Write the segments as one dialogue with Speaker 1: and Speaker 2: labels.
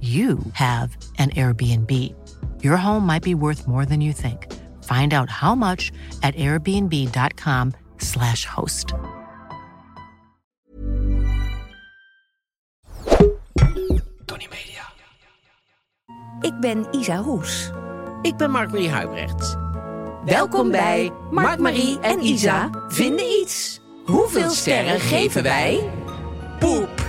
Speaker 1: you have an Airbnb. Your home might be worth more than you think. Find out how much at airbnb.com/slash host.
Speaker 2: Tony Media.
Speaker 3: Ik ben Isa Roes.
Speaker 4: Ik ben Mark-Marie Huibrecht.
Speaker 3: Welkom bij Mark-Marie en Isa vinden iets. Hoeveel sterren geven wij?
Speaker 4: Poep.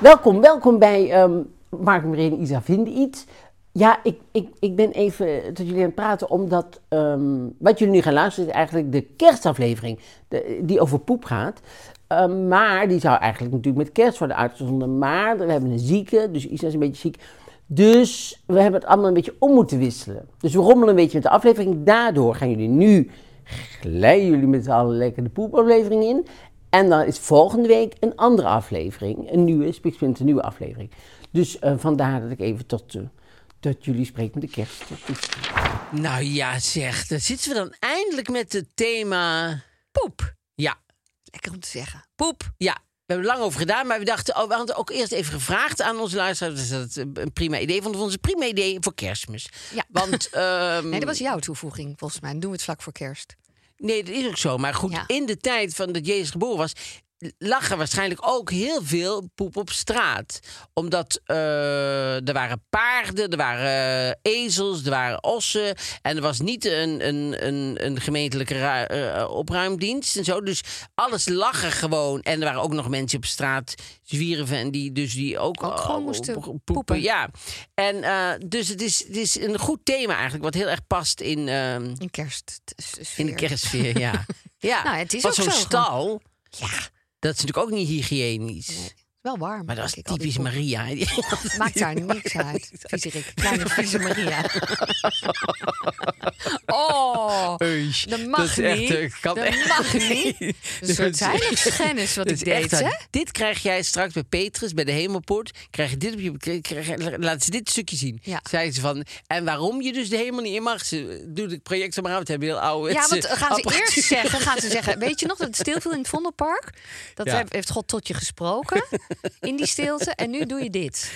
Speaker 5: Welkom, welkom bij ehm Mark Marie en Isa vinden iets. Ja, ik, ik, ik ben even tot jullie aan het praten omdat ehm, wat jullie nu gaan luisteren is eigenlijk de kerstaflevering de- die over poep gaat. Ehm, maar die zou eigenlijk natuurlijk met kerst worden uitgezonden. Maar we hebben een zieke, dus Isa is een beetje ziek. Dus we hebben het allemaal een beetje om moeten wisselen. Dus we rommelen een beetje met de aflevering. Daardoor gaan jullie nu, glijden jullie met z'n allen lekker de poepaflevering in. En dan is volgende week een andere aflevering, een nieuwe, Spikspint, een nieuwe aflevering. Dus eh, vandaar dat ik even tot, eh, tot jullie spreek met de kerst. Tot iets.
Speaker 4: Nou ja, zeg, daar zitten we dan eindelijk met het thema poep. Ja,
Speaker 2: Lekker om te zeggen.
Speaker 4: poep. Ja, we hebben er lang over gedaan, maar we dachten, oh, we hadden ook eerst even gevraagd aan onze luisteraars. Dus dat het een prima idee vonden. We vonden het een prima idee voor kerstmis.
Speaker 2: Ja.
Speaker 4: Want, ehm,
Speaker 2: Nee, dat was jouw toevoeging volgens mij. Dan doen we het vlak voor kerst.
Speaker 4: Nee, dat is ook zo. Maar goed,
Speaker 2: Ja.
Speaker 4: in de tijd van dat Jezus geboren was, lag er waarschijnlijk ook heel veel poep op straat. Omdat eh, er waren paarden, er waren eh, ezels, er waren ossen. En er was niet een, een, een, een gemeentelijke ru- eh, opruimdienst en zo. Dus alles lag er gewoon. En er waren ook nog mensen op straat, zwierven, en die, dus die ook,
Speaker 2: Ook gewoon
Speaker 4: eh,
Speaker 2: moesten
Speaker 4: po-
Speaker 2: poepen.
Speaker 4: Ja. En eh, dus het is, het is een goed thema eigenlijk, wat heel erg past in. ehm,
Speaker 2: In kerst. s- sfeer.
Speaker 4: in de kerstsfeer, ja. ja.
Speaker 2: Nou, het is
Speaker 4: Want
Speaker 2: ook
Speaker 4: zo'n
Speaker 2: zo,
Speaker 4: stal,
Speaker 2: Ja,
Speaker 4: dat is natuurlijk ook niet hygiënisch.
Speaker 2: wel warm.
Speaker 4: Maar dat is
Speaker 2: denk ik, al die
Speaker 4: typisch
Speaker 2: poep.
Speaker 4: Maria. hè. Die-
Speaker 2: Maakt daar niks uit. Viezerik. Kleine vieze Maria. oh, dat mag
Speaker 4: dat is echt,
Speaker 2: niet.
Speaker 4: eh, kan
Speaker 2: dat
Speaker 4: echt
Speaker 2: mag niet. Een
Speaker 4: Dat
Speaker 2: soort
Speaker 4: is-
Speaker 2: heiligschennis wat
Speaker 4: dat
Speaker 2: ik
Speaker 4: is
Speaker 2: deed,
Speaker 4: echt
Speaker 2: hè?
Speaker 4: waar. Dit krijg jij straks bij Petrus, bij de Hemelpoort. Krijg je dit op je... krijg- krijg- laat ze dit stukje zien.
Speaker 2: Ja.
Speaker 4: Zei ze van... En waarom je dus de hemel niet in mag? Ze doet het project zo maar aan. want We hebben heel oude...
Speaker 2: Ja, want gaan ze
Speaker 4: apparatuur.
Speaker 2: eerst zeggen, gaan ze zeggen, weet je nog dat het stil viel in het Vondelpark? Dat
Speaker 4: Ja.
Speaker 2: heb- heeft God tot je gesproken in die stilte en nu doe je dit.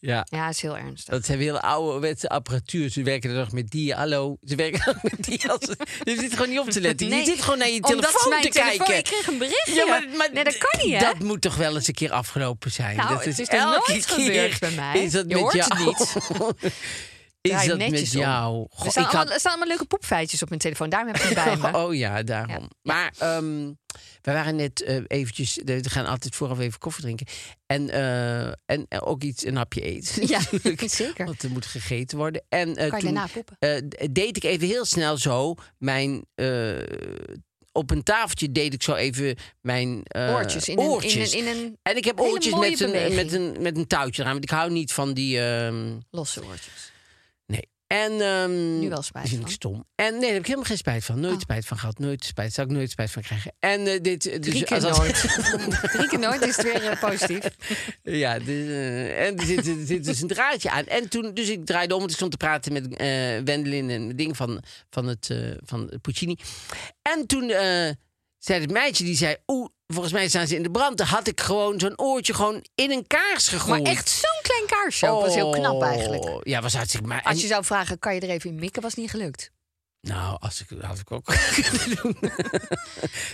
Speaker 4: Ja.
Speaker 2: Ja, is heel ernstig.
Speaker 4: Dat zijn weer hele ouderwetse apparatuur. Ze werken er nog met die. Hallo. Ze werken er nog met die. Als... Je zit gewoon niet op te letten.
Speaker 2: Nee,
Speaker 4: je zit gewoon naar je
Speaker 2: omdat
Speaker 4: telefoon
Speaker 2: ze mijn
Speaker 4: te
Speaker 2: telefoon-
Speaker 4: kijken.
Speaker 2: Ik kreeg een berichtje. nee, dat
Speaker 4: d-
Speaker 2: kan niet, hè?
Speaker 4: Dat moet toch wel eens een keer afgelopen zijn.
Speaker 2: Nou,
Speaker 4: dat
Speaker 2: het is nog
Speaker 4: elke
Speaker 2: nooit
Speaker 4: keer
Speaker 2: gebeurd bij mij.
Speaker 4: Is dat
Speaker 2: Je
Speaker 4: met
Speaker 2: hoort het
Speaker 4: jou? is
Speaker 2: Draai
Speaker 4: dat met
Speaker 2: netjes om.
Speaker 4: jou? Goh,
Speaker 2: er,
Speaker 4: ik
Speaker 2: staan
Speaker 4: had-
Speaker 2: alle- er staan allemaal leuke poepfeitjes op mijn telefoon. Daarom heb ik het bij me.
Speaker 4: Oh ja, daarom.
Speaker 2: Ja.
Speaker 4: Maar ehm, we waren net eh, eventjes... We gaan altijd vooraf even koffie drinken. En, eh, en eh, ook iets, een hapje eten.
Speaker 2: Ja,
Speaker 4: natuurlijk.
Speaker 2: zeker.
Speaker 4: Want er moet gegeten worden. En eh,
Speaker 2: Kan je
Speaker 4: toen
Speaker 2: daarna poepen?
Speaker 4: eh, d- deed ik even heel snel zo mijn... eh, op een tafeltje deed ik zo even mijn eh,
Speaker 2: Oortjes in een- in een-
Speaker 4: oortjes.
Speaker 2: in een
Speaker 4: en ik heb
Speaker 2: hele
Speaker 4: oortjes
Speaker 2: mooie
Speaker 4: met een,
Speaker 2: beweging.
Speaker 4: met, een, met een touwtje eraan. Want ik hou niet van die... ehm,
Speaker 2: Losse oortjes.
Speaker 4: Nee. En, ehm
Speaker 2: Nu wel spijt
Speaker 4: dat Vind
Speaker 2: van. Oh.
Speaker 4: ik stom. En nee, daar heb ik helemaal geen spijt van. Nooit spijt van gehad. Nooit spijt. Zou ik nooit spijt van krijgen. En eh, dit. eh, Dus,
Speaker 2: Drie keer
Speaker 4: als-
Speaker 2: nooit. Drie keer nooit is het weer eh, positief.
Speaker 4: ja, dus, eh, en er zit, er zit dus een draadje aan. En toen, dus ik draaide om, want ik stond te praten met eh Wendelin en het ding van, van, het, eh, van Puccini. En toen eh, zei het meisje, die zei, oeh, volgens mij staan ze in de brand. Dan had ik gewoon zo'n oortje gewoon in een kaars
Speaker 2: Maar
Speaker 4: gegooid.
Speaker 2: echt zo'n klein kaarsje. ook. Dat was heel knap eigenlijk.
Speaker 4: Oh, Ja, was hartstikke... Maar, en-
Speaker 2: Als je zou vragen, kan je er even in mikken? Was niet gelukt.
Speaker 4: Nou, als ik, had ik ook kunnen doen.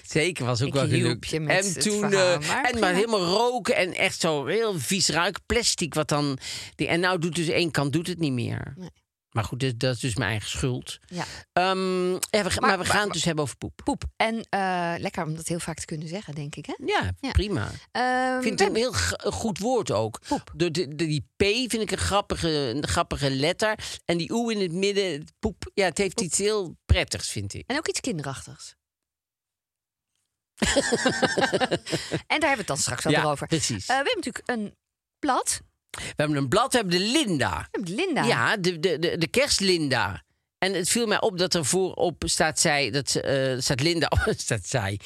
Speaker 4: Zeker was ook
Speaker 2: Ik
Speaker 4: wel
Speaker 2: hielp
Speaker 4: gelukt.
Speaker 2: je met
Speaker 4: en
Speaker 2: het
Speaker 4: toen
Speaker 2: verhaal,
Speaker 4: eh,
Speaker 2: maar
Speaker 4: en maar
Speaker 2: prima.
Speaker 4: helemaal roken en echt zo heel vies ruik plastic wat dan die, en nou doet dus één kant doet het niet meer.
Speaker 2: Nee.
Speaker 4: Maar goed, dat, dat is dus mijn eigen schuld.
Speaker 2: Ja.
Speaker 4: Ehm, ja, we, maar, we gaan het dus hebben over poep.
Speaker 2: Poep. En eh, lekker om dat heel vaak te kunnen zeggen, denk ik. Hè?
Speaker 4: Ja,
Speaker 2: Ja.
Speaker 4: prima.
Speaker 2: Ehm,
Speaker 4: Ik vind
Speaker 2: we
Speaker 4: het een heel g- een goed woord ook. Door de, de- die P vind ik een grappige, een grappige letter. En die O in het midden, het poep. Ja, het heeft iets heel prettigs, vind ik.
Speaker 2: En ook iets kinderachtigs. en daar hebben we het dan straks wel
Speaker 4: Ja,
Speaker 2: weer over.
Speaker 4: precies.
Speaker 2: Eh, we hebben natuurlijk een blad.
Speaker 4: We hebben een blad, we hebben de Linda.
Speaker 2: We hebben Linda.
Speaker 4: Ja, de, de, de, de kerstlinda. En het viel mij op dat er voorop staat zij, dat ze, eh, staat Linda, op- staat zij,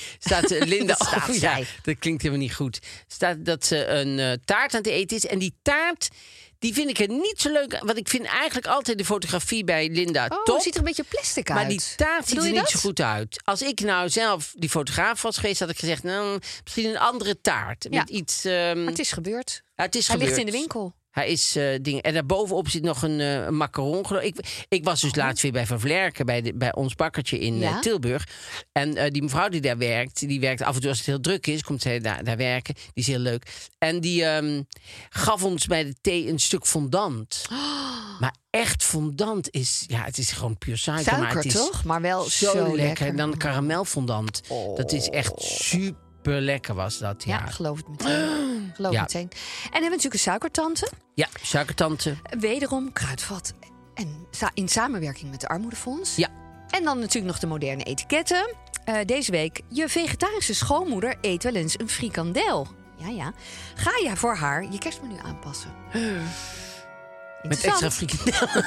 Speaker 4: staat eh, Linda,
Speaker 2: Dat staat
Speaker 4: op-
Speaker 2: zij.
Speaker 4: ja, dat klinkt helemaal niet goed. Staat dat ze een eh, taart aan het eten is. En die taart, die vind ik er niet zo leuk, want ik vind eigenlijk altijd de fotografie bij Linda
Speaker 2: Oh,
Speaker 4: top.
Speaker 2: ziet er een beetje plastic uit.
Speaker 4: Maar die taart ziet
Speaker 2: Bedoel
Speaker 4: er
Speaker 2: je
Speaker 4: niet
Speaker 2: dat?
Speaker 4: zo goed uit. Als ik nou zelf die fotograaf was geweest, had ik gezegd, nou, misschien een andere taart.
Speaker 2: Ja.
Speaker 4: Met iets, ehm,
Speaker 2: Maar het is gebeurd.
Speaker 4: ja, het is
Speaker 2: Hij ligt
Speaker 4: gebeurd.
Speaker 2: in de winkel.
Speaker 4: Hij is eh, ding. En daarbovenop zit nog een, eh, een macaron. geloof Ik, ik was dus laatst weer bij Van Vlerken, bij, de, bij ons bakkertje in eh,
Speaker 2: Ja.
Speaker 4: Tilburg. En eh, die mevrouw die daar werkt, die werkt af en toe als het heel druk is, komt zij daar, daar werken. Die is heel leuk. En die ehm, gaf ons bij de thee een stuk fondant. Maar echt fondant is, ja, het is gewoon puur suiker. maar
Speaker 2: Suiker
Speaker 4: het is
Speaker 2: toch? Oh, Maar wel
Speaker 4: Zo, lekker. En dan
Speaker 2: kan...
Speaker 4: karamelfondant. Dat is echt super lekker was dat.
Speaker 2: Ja,
Speaker 4: Ja, ja,
Speaker 2: geloof het meteen. Geloof
Speaker 4: Ja.
Speaker 2: het meteen. En hebben we natuurlijk een suikertante.
Speaker 4: suikertante.
Speaker 2: Wederom kruidvat. En sa- in samenwerking met de Armoedefonds.
Speaker 4: Ja.
Speaker 2: En dan natuurlijk nog de moderne etiketten. Eh, deze week, je vegetarische schoonmoeder eet wel eens een frikandel. Ja, ja. Ga je voor haar je kerstmenu aanpassen?
Speaker 4: Met
Speaker 2: Interessant,
Speaker 4: extra frikandel.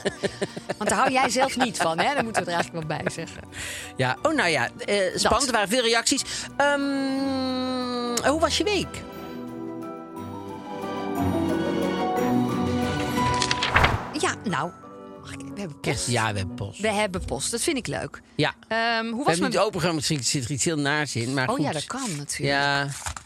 Speaker 2: want daar hou jij zelf niet van, hè? Daar moeten we er eigenlijk wel bij zeggen.
Speaker 4: Ja, oh nou ja, eh, spannend. Er waren veel reacties. Ehm, hoe was je week?
Speaker 2: Ja, nou, mag ik, we hebben post.
Speaker 4: Ja, we hebben post.
Speaker 2: We hebben post, dat vind ik leuk.
Speaker 4: Ja. We
Speaker 2: Ehm, hoe was
Speaker 4: hebben
Speaker 2: mijn...
Speaker 4: niet opengegaan, misschien zit er iets heel naars in. Maar
Speaker 2: oh
Speaker 4: goed.
Speaker 2: ja, dat kan natuurlijk. Mm,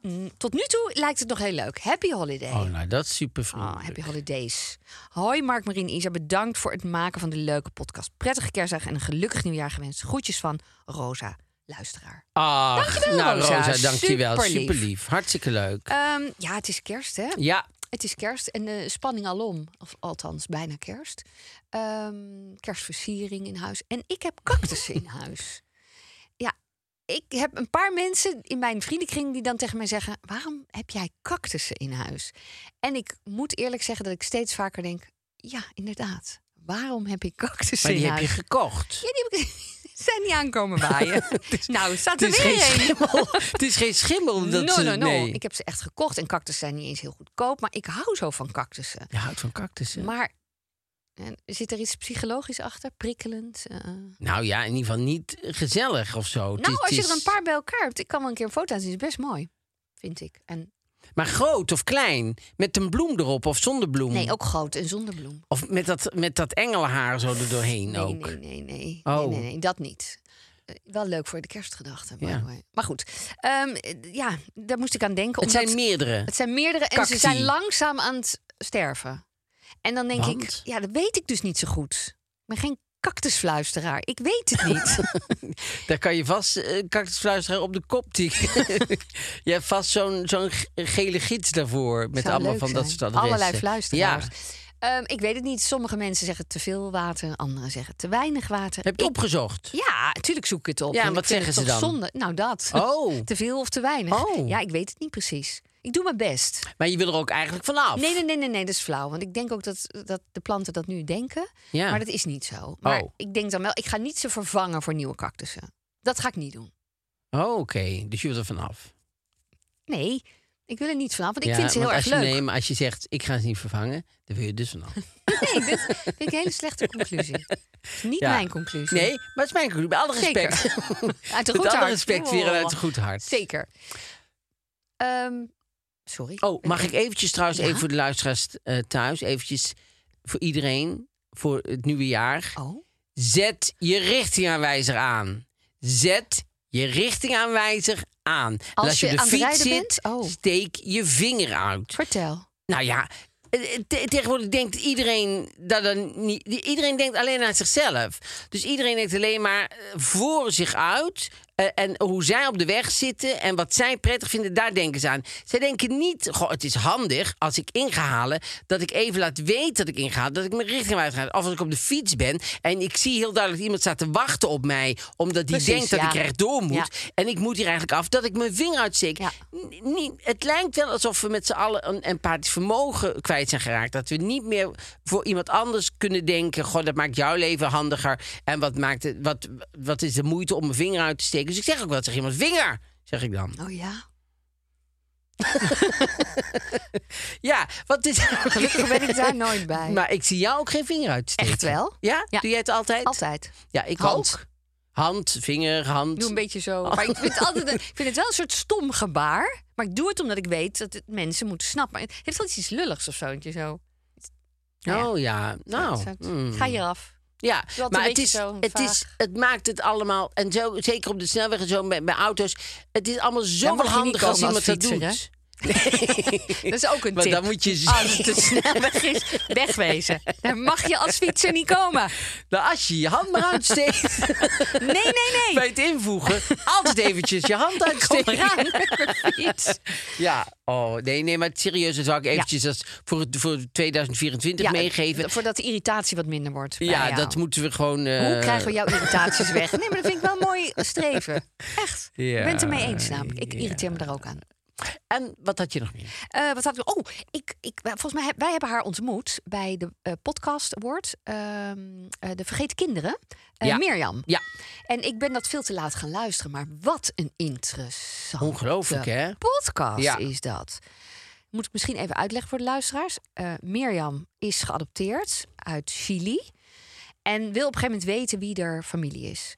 Speaker 4: Ja,
Speaker 2: Tot nu toe lijkt het nog heel leuk. Happy holiday.
Speaker 4: oh nou, dat is super
Speaker 2: Oh,
Speaker 4: vriendelijk.
Speaker 2: happy holidays. Hoi Mark, Marie en Isa. Bedankt voor het maken van de leuke podcast. Prettige kerstdag en een gelukkig nieuwjaar gewenst. Groetjes van Rosa, luisteraar.
Speaker 4: Ach,
Speaker 2: Dankjewel,
Speaker 4: nou,
Speaker 2: Rosa.
Speaker 4: Rosa, dankjewel.
Speaker 2: Superlief.
Speaker 4: Super lief. Hartstikke leuk.
Speaker 2: Ehm, ja, het is kerst, hè?
Speaker 4: ja,
Speaker 2: Het is kerst en de spanning alom. Of althans, bijna kerst. Ehm, kerstversiering in huis. En ik heb cactussen in huis. Ja, ik heb een paar mensen in mijn vriendenkring die dan tegen mij zeggen... waarom heb jij cactussen in huis? En ik moet eerlijk zeggen dat ik steeds vaker denk... ja, inderdaad, waarom heb ik cactussen
Speaker 4: maar
Speaker 2: in
Speaker 4: die heb
Speaker 2: huis?
Speaker 4: je gekocht.
Speaker 2: Ja, die heb ik... zijn niet aankomen waaien. nou, staat er
Speaker 4: Het is geen
Speaker 2: weer een.
Speaker 4: schimmel. Het is geen schimmel. Dat
Speaker 2: no,
Speaker 4: ze-
Speaker 2: no, no.
Speaker 4: nee.
Speaker 2: Ik heb ze echt gekocht. En cactussen zijn niet eens heel goedkoop. Maar ik hou zo van cactussen.
Speaker 4: Je houdt van cactussen.
Speaker 2: Maar en, zit er iets psychologisch achter? Prikkelend? eh?
Speaker 4: Nou ja, in ieder geval niet gezellig of zo. Het
Speaker 2: Nou,
Speaker 4: is-
Speaker 2: als je
Speaker 4: het
Speaker 2: er een
Speaker 4: is-
Speaker 2: paar bij elkaar hebt. Ik kan wel een keer een foto zien. is best mooi, vind ik. En,
Speaker 4: Maar groot of klein, met een bloem erop of zonder bloem.
Speaker 2: nee, ook groot en zonder bloem.
Speaker 4: Of met dat, met dat engelenhaar zo er doorheen
Speaker 2: Nee,
Speaker 4: ook.
Speaker 2: nee, nee, nee.
Speaker 4: Oh.
Speaker 2: Nee, nee, nee, dat niet. Eh, Wel leuk voor de kerstgedachten. by
Speaker 4: Ja.
Speaker 2: the way. Maar goed, ehm, eh, ja, daar moest ik aan denken.
Speaker 4: Het
Speaker 2: omdat-
Speaker 4: zijn meerdere.
Speaker 2: Het zijn meerdere en
Speaker 4: Cacti.
Speaker 2: ze zijn langzaam aan het sterven. En dan denk
Speaker 4: Want?
Speaker 2: ik, ja, dat weet ik dus niet zo goed. Ik ben geen cactusfluisteraar. Ik weet het niet.
Speaker 4: Daar kan je vast eh, cactusfluisteraar op de kop tikken. je hebt vast zo'n zo'n g- gele gids daarvoor. Met
Speaker 2: Zou
Speaker 4: allemaal
Speaker 2: leuk
Speaker 4: van dat
Speaker 2: zijn.
Speaker 4: soort adressen.
Speaker 2: Allerlei fluisteraars.
Speaker 4: Ja.
Speaker 2: Ehm, ik weet het niet. Sommige mensen zeggen te veel water, anderen zeggen te weinig water.
Speaker 4: Heb je het
Speaker 2: Ik-
Speaker 4: opgezocht?
Speaker 2: Ja, natuurlijk zoek ik het op.
Speaker 4: Ja, en
Speaker 2: ik
Speaker 4: wat
Speaker 2: vind het
Speaker 4: zeggen ze
Speaker 2: toch
Speaker 4: dan?
Speaker 2: Zonde. Nou, dat.
Speaker 4: Oh.
Speaker 2: te veel of te weinig.
Speaker 4: Oh.
Speaker 2: Ja, ik weet het niet precies. Ik doe mijn best.
Speaker 4: Maar je wil er ook eigenlijk vanaf.
Speaker 2: Nee, nee, nee, nee, nee, dat is flauw. Want ik denk ook dat, dat de planten dat nu denken.
Speaker 4: Ja.
Speaker 2: Maar dat is niet zo. Maar
Speaker 4: Oh.
Speaker 2: ik denk dan wel, ik ga niet ze vervangen voor nieuwe cactussen. Dat ga ik niet doen.
Speaker 4: Oh, oké. Dus je wilt er vanaf.
Speaker 2: Nee, ik wil er niet vanaf. Want ik
Speaker 4: Ja,
Speaker 2: vind ze heel
Speaker 4: want
Speaker 2: erg
Speaker 4: als je,
Speaker 2: leuk.
Speaker 4: Nee, maar als je zegt, ik ga ze niet vervangen, dan wil je dus vanaf.
Speaker 2: Nee, dit vind ik een hele slechte conclusie. Dat is niet
Speaker 4: Ja.
Speaker 2: mijn conclusie.
Speaker 4: Nee, maar het is mijn conclusie. Met alle
Speaker 2: Zeker.
Speaker 4: respect.
Speaker 2: Uit een
Speaker 4: Met
Speaker 2: goed
Speaker 4: alle
Speaker 2: hart. Oh.
Speaker 4: respect weer en uit een goed hart.
Speaker 2: Zeker. Ehm, sorry.
Speaker 4: Oh, mag ik eventjes trouwens,
Speaker 2: Ja?
Speaker 4: even voor de luisteraars eh, thuis, eventjes voor iedereen, voor het nieuwe jaar.
Speaker 2: Oh,
Speaker 4: Zet je richtingaanwijzer aan. Zet je richtingaanwijzer aan. En
Speaker 2: Als je
Speaker 4: op de
Speaker 2: aan het
Speaker 4: fiets
Speaker 2: rijden
Speaker 4: zit,
Speaker 2: bent? Oh.
Speaker 4: steek je vinger uit.
Speaker 2: vertel.
Speaker 4: Nou ja, eh, te- tegenwoordig denkt iedereen dat er niet. Iedereen denkt alleen aan zichzelf. Dus iedereen denkt alleen maar eh, voor zich uit. eh, en hoe zij op de weg zitten en wat zij prettig vinden, daar denken ze aan. Zij denken niet, goh, het is handig als ik inga halen, dat ik even laat weten dat ik inga, dat ik mijn richting uit ga. Of als ik op de fiets ben en ik zie heel duidelijk dat iemand staat te wachten op mij, omdat die
Speaker 2: Precies,
Speaker 4: denkt dat
Speaker 2: ja.
Speaker 4: ik rechtdoor moet.
Speaker 2: Ja.
Speaker 4: En ik moet hier eigenlijk af dat ik mijn vinger uitsteek.
Speaker 2: Ja.
Speaker 4: N- niet- het lijkt wel alsof we met z'n allen een empathisch vermogen kwijt zijn geraakt. Dat we niet meer voor iemand anders kunnen denken. Goh, dat maakt jouw leven handiger. En wat, maakt het, wat, wat is de moeite om mijn vinger uit te steken? Dus ik zeg ook wel tegen iemand: vinger! Zeg ik dan.
Speaker 2: Oh ja.
Speaker 4: Ja, wat is.
Speaker 2: Gelukkig ben ik daar nooit bij.
Speaker 4: Maar ik zie jou ook geen vinger uitsteken.
Speaker 2: Echt wel?
Speaker 4: Ja?
Speaker 2: Ja.
Speaker 4: Doe jij het altijd?
Speaker 2: Altijd.
Speaker 4: Ja, ik
Speaker 2: Hand?
Speaker 4: ook. Hand, vinger, hand.
Speaker 2: Ik doe een beetje zo. Maar
Speaker 4: Oh.
Speaker 2: ik vind, het altijd een- ik vind het wel een soort stom gebaar. Maar ik doe het omdat ik weet dat het mensen moeten snappen. Het heeft altijd iets lulligs of zo. dat je zo nou ja.
Speaker 4: Oh ja, nou.
Speaker 2: Zo, zo.
Speaker 4: hmm.
Speaker 2: Ga hier af.
Speaker 4: Ja,
Speaker 2: Wat
Speaker 4: maar
Speaker 2: een
Speaker 4: het, is,
Speaker 2: beetje zo
Speaker 4: het, is,
Speaker 2: vaag.
Speaker 4: het maakt het allemaal, en zo, zeker op de snelweg en zo bij, bij auto's, het is allemaal
Speaker 2: Daar mag
Speaker 4: zoveel
Speaker 2: je niet
Speaker 4: handiger als
Speaker 2: komen
Speaker 4: iemand
Speaker 2: als
Speaker 4: dat
Speaker 2: fietser,
Speaker 4: doet.
Speaker 2: Dat is ook een
Speaker 4: Want
Speaker 2: tip.
Speaker 4: dan moet je z-
Speaker 2: Als het te snel weg is, wegwezen. Daar mag je als fietser niet komen.
Speaker 4: Nou, als je je hand maar uitsteekt
Speaker 2: Nee, nee,
Speaker 4: bij
Speaker 2: nee.
Speaker 4: het invoegen, altijd eventjes je hand
Speaker 2: Kom
Speaker 4: uitsteken.
Speaker 2: eraan. Fiets.
Speaker 4: Ja, oh nee, nee, maar serieus, dat zou ik eventjes als voor, het- voor 2024
Speaker 2: Ja,
Speaker 4: meegeven.
Speaker 2: Voordat de irritatie wat minder wordt. bij
Speaker 4: Nou Ja,
Speaker 2: jou.
Speaker 4: dat moeten we gewoon. eh,
Speaker 2: Hoe krijgen we jouw irritaties weg? Nee, maar dat vind ik wel een mooi streven. Echt.
Speaker 4: Ja,
Speaker 2: ik ben het ermee eens namelijk. Ik irriteer me daar ook aan.
Speaker 4: En wat had je nog meer?
Speaker 2: Eh, wat had ik? Oh, ik, ik, volgens mij heb- wij hebben haar ontmoet bij de eh, podcast award, ehm, eh, de vergeten kinderen, eh,
Speaker 4: Ja.
Speaker 2: Mirjam.
Speaker 4: Ja,
Speaker 2: En ik ben dat veel te laat gaan luisteren, maar wat een interessante
Speaker 4: Ongelooflijk, hè?
Speaker 2: podcast
Speaker 4: Ja.
Speaker 2: is dat. Moet ik misschien even uitleggen voor de luisteraars. Eh, Mirjam is geadopteerd uit Chili en wil op een gegeven moment weten wie er familie is.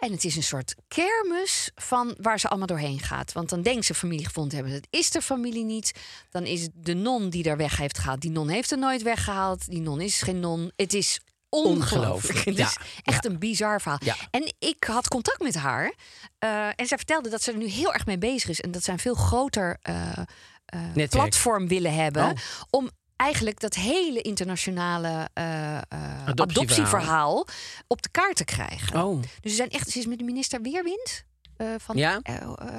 Speaker 2: En het is een soort kermis van waar ze allemaal doorheen gaat. Want dan denkt ze familie gevonden te hebben. Dat is de familie niet. Dan is het de non die er weg heeft gehaald. Die non heeft er nooit weggehaald. Die non is geen non. Het is ongelooflijk.
Speaker 4: Ongelooflijk,
Speaker 2: Het
Speaker 4: ja.
Speaker 2: is echt een bizar verhaal.
Speaker 4: Ja.
Speaker 2: En ik had contact met haar. eh, en zij vertelde dat ze er nu heel erg mee bezig is. En dat zij een veel groter eh, eh,
Speaker 4: Netwerk.
Speaker 2: platform willen hebben.
Speaker 4: Oh.
Speaker 2: Om eigenlijk dat hele internationale eh, eh,
Speaker 4: Adoptieverhaal.
Speaker 2: adoptieverhaal op de kaart te krijgen.
Speaker 4: Oh,
Speaker 2: Dus ze zijn echt, ze is met de minister Weerwind. eh, van,
Speaker 4: Ja.
Speaker 2: eh, eh, ik
Speaker 4: Ja,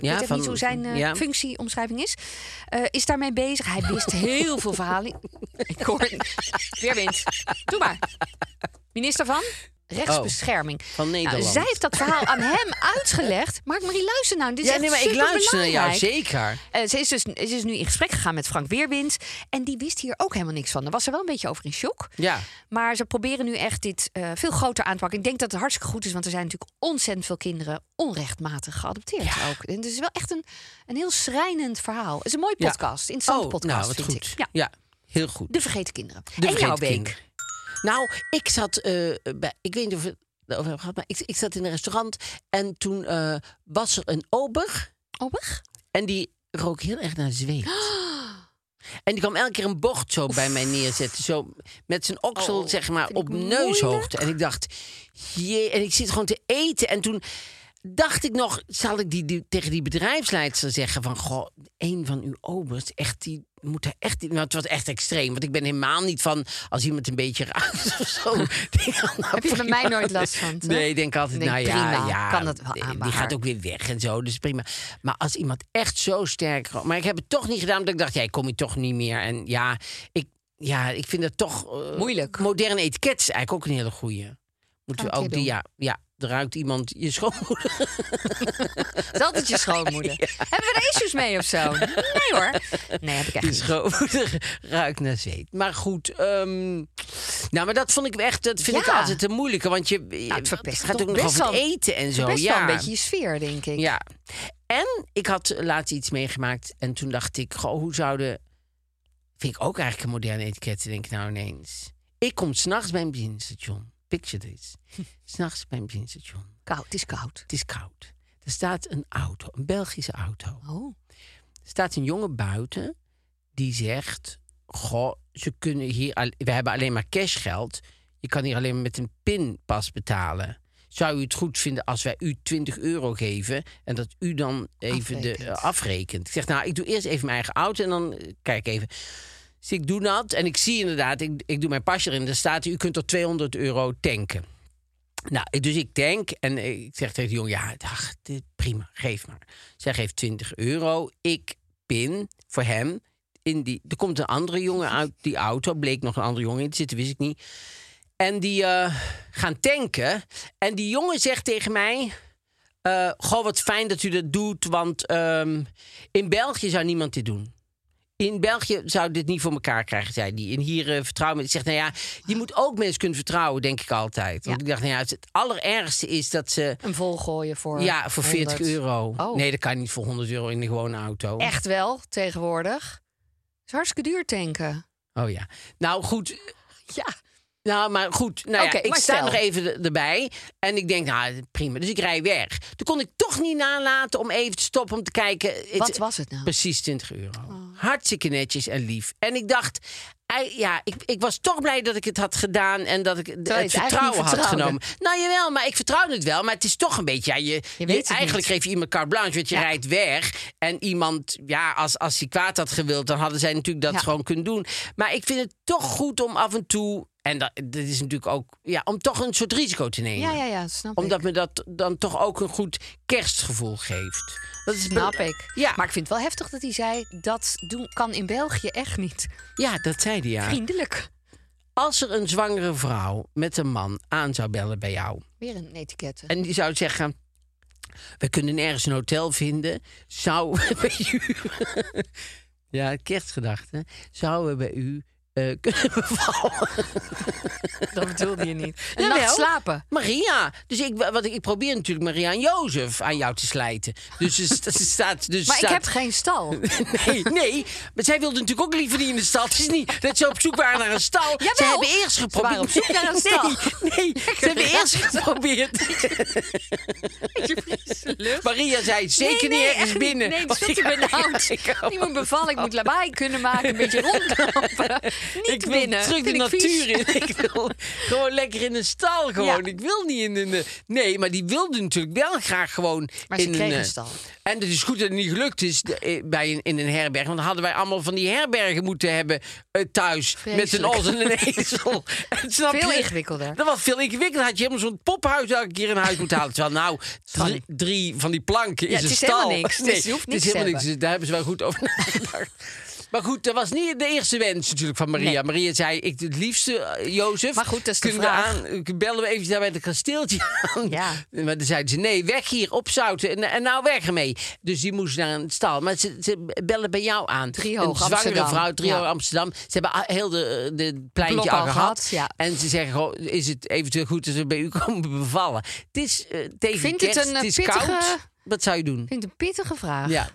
Speaker 2: weet even
Speaker 4: van-
Speaker 2: niet hoe zijn eh,
Speaker 4: ja.
Speaker 2: functieomschrijving is. Eh, is daarmee bezig. Hij wist heel veel verhalen. Ik hoor Weerwind. Doe maar. Minister van Rechtsbescherming.
Speaker 4: Oh, van
Speaker 2: Nou,
Speaker 4: Nederland.
Speaker 2: zij heeft dat verhaal aan hem uitgelegd. Maar Marie, luister nou. Dit is
Speaker 4: ja,
Speaker 2: echt
Speaker 4: nee, maar ik luister naar jou,
Speaker 2: superbelangrijk.
Speaker 4: zeker.
Speaker 2: Eh, ze is dus ze is nu in gesprek gegaan met Frank Weerwind. En die wist hier ook helemaal niks van. Daar was ze wel een beetje over in shock.
Speaker 4: Ja.
Speaker 2: Maar ze proberen nu echt dit eh, veel groter aan te pakken. Ik denk dat het hartstikke goed is, want er zijn natuurlijk ontzettend veel kinderen onrechtmatig geadopteerd ook. En het is wel echt een, een heel schrijnend verhaal. Het is een mooie
Speaker 4: Ja.
Speaker 2: podcast, interessante podcast
Speaker 4: nou, wat
Speaker 2: vind
Speaker 4: goed.
Speaker 2: ik. Ja,
Speaker 4: ja, heel goed.
Speaker 2: de vergeten kinderen.
Speaker 4: De
Speaker 2: en jouw
Speaker 4: vergeten
Speaker 2: week.
Speaker 4: kinderen. Nou, ik zat eh, bij, ik weet niet of we het erover hebben gehad, maar ik, ik zat in een restaurant en toen eh, was er een ober
Speaker 2: Ober?
Speaker 4: en die rook heel erg naar zweet. En die kwam elke keer een bocht zo bij mij neerzetten. Zo met zijn oksel,
Speaker 2: Oh,
Speaker 4: zeg maar,
Speaker 2: vind ik
Speaker 4: op neushoogte. En ik dacht, jee. En ik zit gewoon te eten. En toen dacht ik nog, zal ik die, die- tegen die bedrijfsleidster zeggen van... Goh, een van uw obers, echt, die moet er echt... Nou, het was echt extreem. Want ik ben helemaal niet van als iemand een beetje raakt of zo.
Speaker 2: Heb
Speaker 4: Heb
Speaker 2: je bij mij nooit last van, toch?
Speaker 4: Nee, ik denk altijd,
Speaker 2: Nee,
Speaker 4: nou ja,
Speaker 2: prima.
Speaker 4: ja.
Speaker 2: Kan dat wel aan bij
Speaker 4: Die gaat
Speaker 2: haar.
Speaker 4: ook weer weg en zo, dus prima. Maar als iemand echt zo sterk... ro- Maar ik heb het toch niet gedaan, omdat ik dacht, jij ik kom hier toch niet meer. En ja, ik, ja, ik vind dat toch... eh,
Speaker 2: Moeilijk.
Speaker 4: Modern etiket is eigenlijk ook een hele goeie.
Speaker 2: Gaan
Speaker 4: Moeten we
Speaker 2: we een
Speaker 4: ook
Speaker 2: keer
Speaker 4: die...
Speaker 2: doen.
Speaker 4: Ja, ja, er ruikt iemand je schoonmoeder.
Speaker 2: Dat is je schoonmoeder. Hebben we daar issues mee of zo? Nee hoor. Nee, heb ik echt
Speaker 4: Je
Speaker 2: niet.
Speaker 4: schoonmoeder ruikt naar zweet. Maar goed, ehm, nou, maar dat vond ik echt... Dat vind ik
Speaker 2: Ja. Nou,
Speaker 4: altijd een moeilijke, want je... je-
Speaker 2: het verpest
Speaker 4: gaat
Speaker 2: toch
Speaker 4: ook nog
Speaker 2: best
Speaker 4: over het
Speaker 2: wel-
Speaker 4: eten en zo.
Speaker 2: Best
Speaker 4: ja.
Speaker 2: wel een beetje je sfeer, denk ik.
Speaker 4: Ja. En ik had laatst iets meegemaakt en toen dacht ik, goh, hoe zouden... Vind ik ook eigenlijk een moderne etiket, denk ik nou ineens. Ik kom s'nachts bij een benzinestation. Picture this. S'nachts bij een benzinestation.
Speaker 2: Koud, het is koud.
Speaker 4: Het is koud. Er staat een auto, een Belgische auto.
Speaker 2: Oh.
Speaker 4: Er staat een jongen buiten die zegt... Goh, ze kunnen hier, al- we hebben alleen maar cashgeld. Je kan hier alleen maar met een pinpas betalen. Zou u het goed vinden als wij u 20 euro geven... en dat u dan even de,
Speaker 2: Afrekent.
Speaker 4: eh, afrekent? Ik zeg, nou, ik doe eerst even mijn eigen auto en dan eh, kijk even. Dus ik doe dat en ik zie inderdaad, ik, ik doe mijn pasje erin. Er staat, u kunt tot 200 euro tanken. Nou, ik- dus ik denk en ik zeg tegen de jongen, ja, ach, dit, prima, geef maar. Zij geeft 20 euro. Ik pin voor hem. In die, er komt een andere jongen uit die auto. Bleek nog een andere jongen in te zitten, wist ik niet. En die eh, gaan tanken. En die jongen zegt tegen mij... eh, goh, wat fijn dat u dat doet, want ehm, in België zou niemand dit doen. In België zou dit niet voor elkaar krijgen, zei die. En hier eh, vertrouwen me. Ik zeg, nou ja, je moet ook mensen kunnen vertrouwen, denk ik altijd. Want
Speaker 2: Ja.
Speaker 4: ik dacht, nou ja, het, het allerergste is dat ze...
Speaker 2: Een volgooien voor.
Speaker 4: Ja, voor 40
Speaker 2: 100.
Speaker 4: euro.
Speaker 2: Oh.
Speaker 4: Nee, dat kan niet voor 100 euro in een gewone auto.
Speaker 2: Echt wel, tegenwoordig. Het is hartstikke duur tanken.
Speaker 4: Oh ja. Nou goed,
Speaker 2: Ja.
Speaker 4: Nou, maar goed. Nou
Speaker 2: Oké,
Speaker 4: ja, ik
Speaker 2: maar
Speaker 4: sta
Speaker 2: stel.
Speaker 4: nog even er- erbij. En ik denk, nou, prima. Dus ik rij weg. Toen kon ik toch niet nalaten om even te stoppen om te kijken. Het-
Speaker 2: Wat was het nou?
Speaker 4: Precies 20 euro. Hartstikke netjes en lief. En ik dacht, ei, ja, ik, ik was toch blij dat ik het had gedaan en dat ik het
Speaker 2: je het eigenlijk
Speaker 4: vertrouwen
Speaker 2: niet
Speaker 4: had
Speaker 2: vertrouwde.
Speaker 4: genomen. Nou jawel, maar ik vertrouw het wel. Maar het is toch een beetje, ja, je, je-
Speaker 2: weet het
Speaker 4: eigenlijk
Speaker 2: niet.
Speaker 4: geef je iemand carte blanche, want je
Speaker 2: Ja.
Speaker 4: rijdt weg. En iemand, ja, als, als hij kwaad had gewild, dan hadden zij natuurlijk dat
Speaker 2: Ja.
Speaker 4: gewoon kunnen doen. Maar ik vind het toch goed om af en toe, en dat, dat is natuurlijk ook, ja, om toch een soort risico te nemen.
Speaker 2: Ja, ja, ja, snap ik.
Speaker 4: Omdat me dat dan toch ook een goed kerstgevoel geeft. Dat is
Speaker 2: Snap ik.
Speaker 4: Ja.
Speaker 2: Maar ik vind het wel heftig dat hij zei... dat doen, kan in België echt niet.
Speaker 4: Ja, dat zei hij ja.
Speaker 2: Vriendelijk.
Speaker 4: Als er een zwangere vrouw met een man aan zou bellen bij jou.
Speaker 2: Weer een etikette.
Speaker 4: En die zou zeggen. We kunnen ergens een hotel vinden. Zou we bij u. ja, kerstgedachte. Zouden we bij u eh, kunnen bevallen?
Speaker 2: Dat bedoelde je niet. Een
Speaker 4: Jawel.
Speaker 2: nacht slapen.
Speaker 4: Maria! Dus ik, wat ik, ik probeer natuurlijk Maria en Jozef aan jou te slijten. Dus ze, sta- ze staat. Dus
Speaker 2: Maar ik
Speaker 4: staat,
Speaker 2: heb geen stal.
Speaker 4: Nee, nee, maar zij wilde natuurlijk ook liever niet in de stad. Het is niet dat ze op zoek waren naar een stal.
Speaker 2: Jawel.
Speaker 4: Ze hebben eerst
Speaker 2: Ze
Speaker 4: geprobeerd.
Speaker 2: waren op zoek naar een stal.
Speaker 4: Nee, nee. ze hebben eerst geprobeerd. Maria zei
Speaker 2: nee,
Speaker 4: zeker niet
Speaker 2: nee,
Speaker 4: ergens
Speaker 2: echt
Speaker 4: binnen.
Speaker 2: niet. Nee, dat is
Speaker 4: Want
Speaker 2: veel te
Speaker 4: ik-
Speaker 2: benauwd.
Speaker 4: Ja, ik ook.
Speaker 2: Ik moet bevallen, ik moet lawaai kunnen maken, een beetje rondlopen. Niet
Speaker 4: ik wil
Speaker 2: binnen.
Speaker 4: terug de
Speaker 2: Vind ik vies.
Speaker 4: natuur in. Ik wil gewoon lekker in een stal. Gewoon.
Speaker 2: Ja.
Speaker 4: Ik wil niet in een. eh, Nee, maar die wilde natuurlijk wel graag gewoon.
Speaker 2: Maar
Speaker 4: in
Speaker 2: ze kregen
Speaker 4: eh,
Speaker 2: een stal.
Speaker 4: En het is goed dat het niet gelukt is de- eh, bij een, in een herberg. Want dan hadden wij allemaal van die herbergen moeten hebben eh, thuis. Met een
Speaker 2: Vreselijk.
Speaker 4: os en een ezel. En snap
Speaker 2: Veel
Speaker 4: je?
Speaker 2: ingewikkelder.
Speaker 4: Dat was veel ingewikkelder. Had je helemaal zo'n pophuis elke keer in huis moeten halen. Terwijl nou, drie, drie van die planken
Speaker 2: Ja,
Speaker 4: is
Speaker 2: het
Speaker 4: een
Speaker 2: is
Speaker 4: stal.
Speaker 2: helemaal niks.
Speaker 4: Nee,
Speaker 2: Dus je hoeft
Speaker 4: het is
Speaker 2: niks te
Speaker 4: helemaal niks. Daar hebben ze wel goed over nagedacht. Maar goed, dat was niet de eerste wens natuurlijk van Maria.
Speaker 2: Nee.
Speaker 4: Maria zei, ik het liefste, eh, Jozef...
Speaker 2: Maar goed, dat is de
Speaker 4: kunnen we
Speaker 2: vraag.
Speaker 4: aan- eh, bellen we even daar bij het kasteeltje aan.
Speaker 2: Ja.
Speaker 4: Maar dan zeiden ze, nee, weg hier, opzouten en, en nou weg ermee. Dus die moest naar een stal. Maar ze, ze bellen bij jou aan.
Speaker 2: Driehoog
Speaker 4: een zwangere
Speaker 2: Amsterdam.
Speaker 4: vrouw, Driehoog
Speaker 2: Ja.
Speaker 4: Amsterdam. Ze hebben al- heel de, eh, de
Speaker 2: Blok
Speaker 4: pleintje
Speaker 2: al
Speaker 4: al gehad.
Speaker 2: gehad, ja.
Speaker 4: En ze zeggen, gewoon, is het eventueel goed dat we bij u komen bevallen? Het is eh, tegen
Speaker 2: vind
Speaker 4: kerst,
Speaker 2: het een, eh,
Speaker 4: het is
Speaker 2: pittige-
Speaker 4: koud. Wat zou je doen?
Speaker 2: Ik vind het een pittige vraag.
Speaker 4: Ja.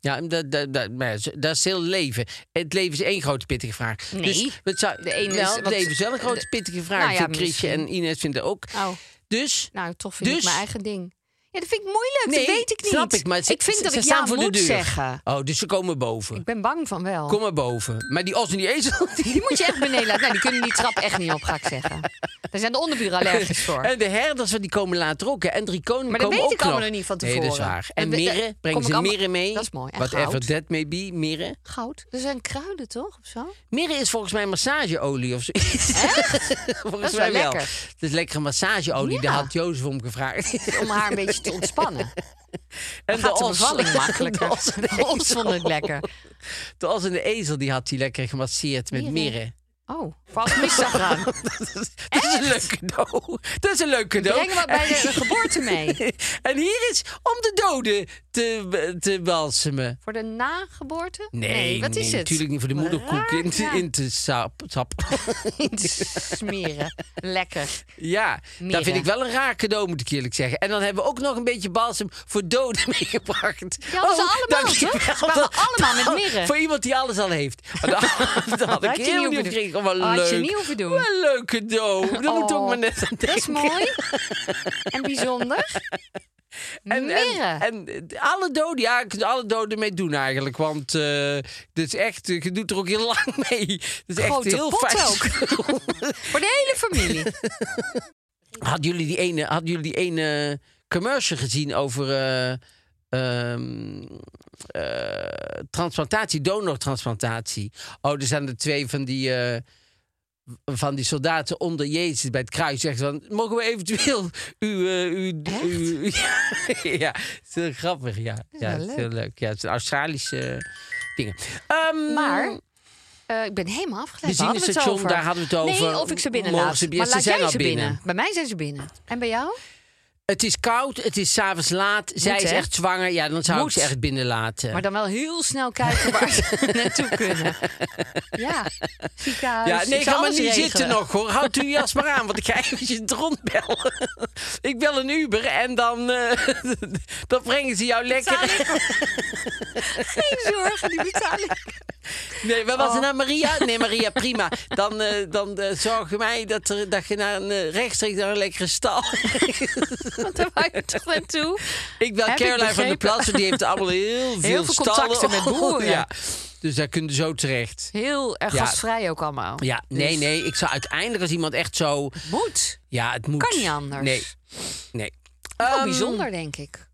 Speaker 4: Ja, dat, dat, dat, maar ja, dat is heel leven. Het leven is één grote pittige vraag.
Speaker 2: Nee.
Speaker 4: Dus wat zou,
Speaker 2: De ene is-
Speaker 4: wel, het
Speaker 2: wat-
Speaker 4: leven is wel een grote pittige vraag.
Speaker 2: Nou ja,
Speaker 4: voor Chrisje
Speaker 2: misschien.
Speaker 4: en Ines vinden ook.
Speaker 2: Oh,
Speaker 4: Dus,
Speaker 2: nou, toch vind
Speaker 4: Dus-
Speaker 2: ik mijn eigen ding. Ja, dat vind ik moeilijk.
Speaker 4: nee,
Speaker 2: dat weet ik niet.
Speaker 4: snap ik. Maar ze,
Speaker 2: ik vind
Speaker 4: ze-
Speaker 2: dat
Speaker 4: ze
Speaker 2: ik
Speaker 4: staan
Speaker 2: ja
Speaker 4: voor
Speaker 2: moet
Speaker 4: de deur.
Speaker 2: zeggen.
Speaker 4: Oh, dus ze komen boven.
Speaker 2: Ik ben bang van wel.
Speaker 4: Kom maar boven. Maar die os en die ezel...
Speaker 2: Die moet je echt beneden laten. Nou, die kunnen die trap echt niet op, ga ik zeggen. Daar zijn de onderburen allergisch voor.
Speaker 4: En de herders, want die komen later ook. Hè. En drie koningen
Speaker 2: Maar dat
Speaker 4: komen
Speaker 2: weet
Speaker 4: ook
Speaker 2: ik allemaal
Speaker 4: nog.
Speaker 2: nog niet van
Speaker 4: Nee, dat is
Speaker 2: tevoren.
Speaker 4: waar. En,
Speaker 2: En we-
Speaker 4: mirren,
Speaker 2: daar
Speaker 4: brengen
Speaker 2: kom
Speaker 4: ze
Speaker 2: ik allemaal-
Speaker 4: mirren mee.
Speaker 2: Dat is mooi. En
Speaker 4: Whatever
Speaker 2: goud.
Speaker 4: that may be, mirren.
Speaker 2: Goud. Er zijn kruiden, toch? Of zo?
Speaker 4: Mirre is volgens mij massageolie of zoiets. volgens
Speaker 2: Dat is
Speaker 4: mij
Speaker 2: wel
Speaker 4: wel.
Speaker 2: lekker.
Speaker 4: Het is lekkere massageolie.
Speaker 2: Ja.
Speaker 4: Daar had Jozef om gevraagd.
Speaker 2: Om haar een beetje te ontspannen.
Speaker 4: en
Speaker 2: Gaat de
Speaker 4: os.
Speaker 2: bevalling makkelijker.
Speaker 4: De os en de
Speaker 2: De os
Speaker 4: ezel.
Speaker 2: vond het lekker.
Speaker 4: De os en de ezel die had hij lekker gemasseerd met
Speaker 2: Mirre.
Speaker 4: mirre.
Speaker 2: Oh, vast mis zag aan.
Speaker 4: Dat is, dat is een leuk cadeau. Dat is een leuk cadeau.
Speaker 2: Breng maar bij de geboorte mee.
Speaker 4: En hier is om de doden te, te balsemen.
Speaker 2: Voor de nageboorte?
Speaker 4: Nee,
Speaker 2: wat is
Speaker 4: nee,
Speaker 2: het?
Speaker 4: Natuurlijk niet voor de
Speaker 2: Wat
Speaker 4: moederkoek
Speaker 2: raar,
Speaker 4: in te,
Speaker 2: ja.
Speaker 4: in te sap. sap.
Speaker 2: Smeren. Lekker.
Speaker 4: ja, dat
Speaker 2: Mirre.
Speaker 4: vind ik wel een raar cadeau, moet ik eerlijk zeggen. En dan hebben we ook nog een beetje balsem voor doden meegebracht. Oh,
Speaker 2: Ja, dat is allemaal,
Speaker 4: dankjewel.
Speaker 2: toch? Ze kwamen allemaal met
Speaker 4: Nou,
Speaker 2: mirre.
Speaker 4: Voor iemand die alles al heeft. Maar dat, dat had ik
Speaker 2: Had je niet
Speaker 4: heel
Speaker 2: hoeven
Speaker 4: niet
Speaker 2: doen.
Speaker 4: gekregen. Wat
Speaker 2: Had je
Speaker 4: leuk.
Speaker 2: niet hoeven doen.
Speaker 4: Wat een leuk cadeau. Dat moet ook
Speaker 2: Oh,
Speaker 4: maar net aan
Speaker 2: Dat is
Speaker 4: denken.
Speaker 2: mooi. En bijzonder.
Speaker 4: En, en,
Speaker 2: Mirre.
Speaker 4: en eh, alle doden, ja, je kunt alle doden mee doen eigenlijk. Want eh dit is echt, eh, je doet er ook heel lang mee. Dat is
Speaker 2: Grote
Speaker 4: echt heel
Speaker 2: pot
Speaker 4: fijn.
Speaker 2: Voor de hele familie.
Speaker 4: Hadden jullie die ene, hadden jullie die ene commercial gezien over eh, ehm, eh, transplantatie, donortransplantatie. Oh, er zijn er twee van die, eh, van die soldaten onder Jezus bij het kruis. Zeggen ze van, mogen we eventueel uw... eh, uw,
Speaker 2: Echt?
Speaker 4: uw- ja, het is heel grappig, ja.
Speaker 2: is wel
Speaker 4: ja, het is
Speaker 2: leuk.
Speaker 4: heel leuk. Ja, het zijn Australische dingen. Ehm,
Speaker 2: Maar eh, ik ben helemaal afgeleid. Waar hadden we het
Speaker 4: Benzinestation,
Speaker 2: over?
Speaker 4: daar hadden we het over.
Speaker 2: Nee, of ik ze binnen
Speaker 4: Mogen
Speaker 2: laat.
Speaker 4: ze- ja,
Speaker 2: maar
Speaker 4: ze
Speaker 2: laat
Speaker 4: zijn
Speaker 2: jij
Speaker 4: al
Speaker 2: ze binnen.
Speaker 4: binnen.
Speaker 2: Bij mij zijn ze binnen. En bij jou?
Speaker 4: Het is koud, het is s'avonds laat. Zij
Speaker 2: Moet,
Speaker 4: is
Speaker 2: hè?
Speaker 4: echt zwanger. Ja, dan zou
Speaker 2: Moet.
Speaker 4: ik ze echt binnen laten.
Speaker 2: Maar dan wel heel snel kijken waar ze naartoe kunnen. Ja, ziekenhuis.
Speaker 4: Ja, nee,
Speaker 2: ik
Speaker 4: ik
Speaker 2: zal
Speaker 4: ga maar
Speaker 2: alles
Speaker 4: niet
Speaker 2: regelen.
Speaker 4: zitten nog hoor. Houd u jas maar aan, want ik ga eventjes de rond bellen. ik bel een Uber en dan, eh, dan brengen ze jou
Speaker 2: Betaal
Speaker 4: lekker.
Speaker 2: ik Geen zorgen, die betaal ik.
Speaker 4: Nee, wat
Speaker 2: Oh.
Speaker 4: was het nou, Maria? Nee, Maria, prima. Dan, eh, dan eh, zorg je mij dat, er, dat je naar een eh, rechtstreeks naar een lekkere stal.
Speaker 2: Want daar wou je toch naartoe?
Speaker 4: ik bel
Speaker 2: Heb ik
Speaker 4: Caroline van der
Speaker 2: begrepen.
Speaker 4: Plassen, die heeft allemaal heel veel,
Speaker 2: veel
Speaker 4: stallen. Oh,
Speaker 2: contacten met boeren.
Speaker 4: Ja. Dus daar kunnen ze zo terecht.
Speaker 2: Heel erg
Speaker 4: Ja.
Speaker 2: gastvrij ook allemaal.
Speaker 4: Ja, nee,
Speaker 2: Dus-
Speaker 4: nee. Ik zou uiteindelijk als iemand echt zo...
Speaker 2: Moet.
Speaker 4: Ja, het moet.
Speaker 2: Kan niet anders.
Speaker 4: Nee, nee.
Speaker 2: Wel
Speaker 4: Ehm,
Speaker 2: bijzonder, denk ik.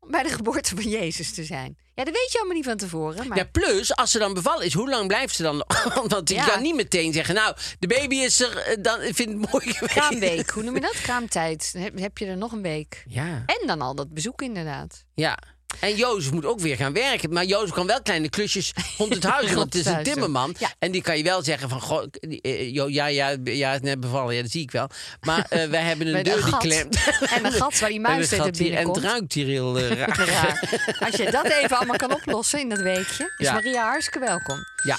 Speaker 2: Om bij de geboorte van Jezus te zijn. Ja, dat weet je allemaal niet van tevoren. Maar
Speaker 4: Ja, plus, als ze dan bevallen is, hoe lang blijft ze dan nog? Want ik
Speaker 2: Ja.
Speaker 4: kan niet meteen zeggen, nou, de baby is er, eh, dan ik vind het mooi geweest.
Speaker 2: kraamweek, hoe noem je dat? Kraamtijd. Dan heb- heb je er nog een week.
Speaker 4: Ja,
Speaker 2: En dan al dat bezoek inderdaad.
Speaker 4: ja. En Jozef moet ook weer gaan werken. Maar Jozef kan wel kleine klusjes rond het huis doen, want het is een
Speaker 2: Rondhuizen.
Speaker 4: timmerman.
Speaker 2: Ja.
Speaker 4: En die kan je wel zeggen van, goh, eh, eh, jo, ja, ja, ja, het net bevallen, ja, dat zie ik wel. Maar eh, wij hebben een
Speaker 2: Met
Speaker 4: deur
Speaker 2: een
Speaker 4: die
Speaker 2: gat.
Speaker 4: klemt.
Speaker 2: En een gat waar die
Speaker 4: En,
Speaker 2: muis
Speaker 4: een
Speaker 2: tegen
Speaker 4: gat hier, en het
Speaker 2: binnenkomt.
Speaker 4: ruikt hier heel eh, raar.
Speaker 2: Raar. Als je dat even allemaal kan oplossen in dat weekje, is
Speaker 4: Ja.
Speaker 2: Maria hartstikke welkom.
Speaker 4: Ja.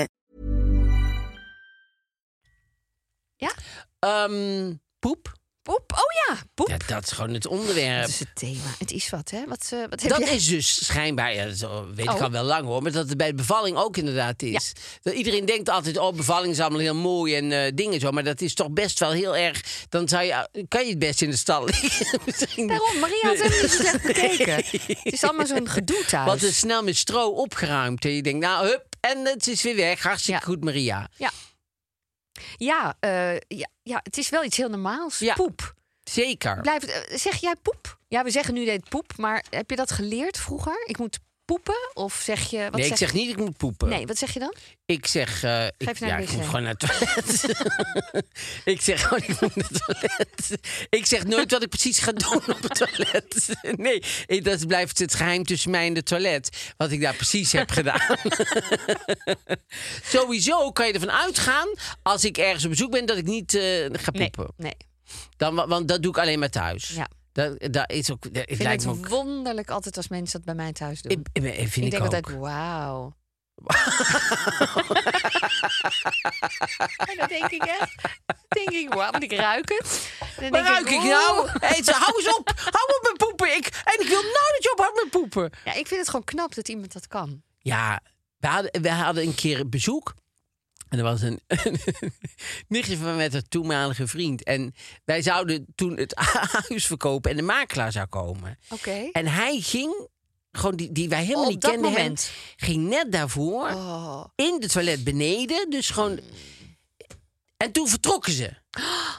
Speaker 2: Ja?
Speaker 4: Ehm, poep?
Speaker 2: Poep. Oh ja, poep.
Speaker 4: Ja, dat is gewoon het onderwerp.
Speaker 2: Dat is het thema. Het is wat, hè? Wat, eh, wat heb
Speaker 4: Dat
Speaker 2: jij?
Speaker 4: is dus schijnbaar, ja, dat weet ik
Speaker 2: Oh.
Speaker 4: al wel lang hoor, maar dat het bij de bevalling ook inderdaad is. Dat iedereen denkt altijd, oh, bevalling is allemaal heel mooi en eh, dingen zo, maar dat is toch best wel heel erg. Dan zou je, eh, kan je het best in de stal liggen. Misschien niet.
Speaker 2: Daarom, Maria had
Speaker 4: Nee.
Speaker 2: helemaal niet zo slecht bekeken. Het is allemaal zo'n gedoe thuis.
Speaker 4: Want het is snel met stro opgeruimd. En je denkt, nou, hup, en het is weer weg. Hartstikke
Speaker 2: Ja.
Speaker 4: goed, Maria.
Speaker 2: ja, eh, ja, ja, het is wel iets heel normaals.
Speaker 4: Ja.
Speaker 2: Poep.
Speaker 4: Zeker.
Speaker 2: Blijf, eh, zeg jij poep? Ja, we zeggen nu deed poep, maar heb je dat geleerd vroeger? Ik moet poepen? Of zeg je... Wat
Speaker 4: nee, ik zeg niet, ik moet poepen.
Speaker 2: Nee, wat zeg je dan?
Speaker 4: Ik zeg, eh, ik,
Speaker 2: Geef naar
Speaker 4: ja,
Speaker 2: de
Speaker 4: ik
Speaker 2: wc.
Speaker 4: moet gewoon naar het toilet. ik zeg gewoon, ik moet naar het toilet. Ik zeg nooit wat ik precies ga doen op het toilet. Nee, ik- dat blijft het geheim tussen mij en het toilet. Wat ik daar precies heb gedaan. Sowieso kan je ervan uitgaan, als ik ergens op bezoek ben, dat ik niet eh, ga
Speaker 2: Nee,
Speaker 4: poepen.
Speaker 2: nee.
Speaker 4: Dan, wa- want dat doe ik alleen maar thuis.
Speaker 2: Ja.
Speaker 4: Dat, dat is ook, dat, het
Speaker 2: Ik vind
Speaker 4: lijkt me
Speaker 2: het
Speaker 4: ook...
Speaker 2: wonderlijk altijd als mensen dat bij mij thuis doen.
Speaker 4: Ik, ik- ik vind
Speaker 2: ik
Speaker 4: ik,
Speaker 2: denk
Speaker 4: ook.
Speaker 2: altijd, wauw. en dan denk ik echt, denk ik, wauw, want ik ruik het. Dan
Speaker 4: Waar
Speaker 2: denk
Speaker 4: ruik ik nou?
Speaker 2: oeh.
Speaker 4: Hey, ze- hou eens op. Hou op met poepen. Ik, en ik wil nou dat je ophoudt met poepen.
Speaker 2: Ja, ik vind het gewoon knap dat iemand dat kan.
Speaker 4: Ja, we hadden, we hadden een keer bezoek. En er was een nichtje van mij met haar toenmalige vriend. En wij zouden toen het huis verkopen en de makelaar zou komen.
Speaker 2: Oké.
Speaker 4: En hij ging, gewoon die, die wij helemaal
Speaker 2: Op
Speaker 4: niet
Speaker 2: dat
Speaker 4: kenden, hem,
Speaker 2: moment.
Speaker 4: ging net daarvoor in de toilet beneden. Dus gewoon. Hmm. En toen vertrokken ze.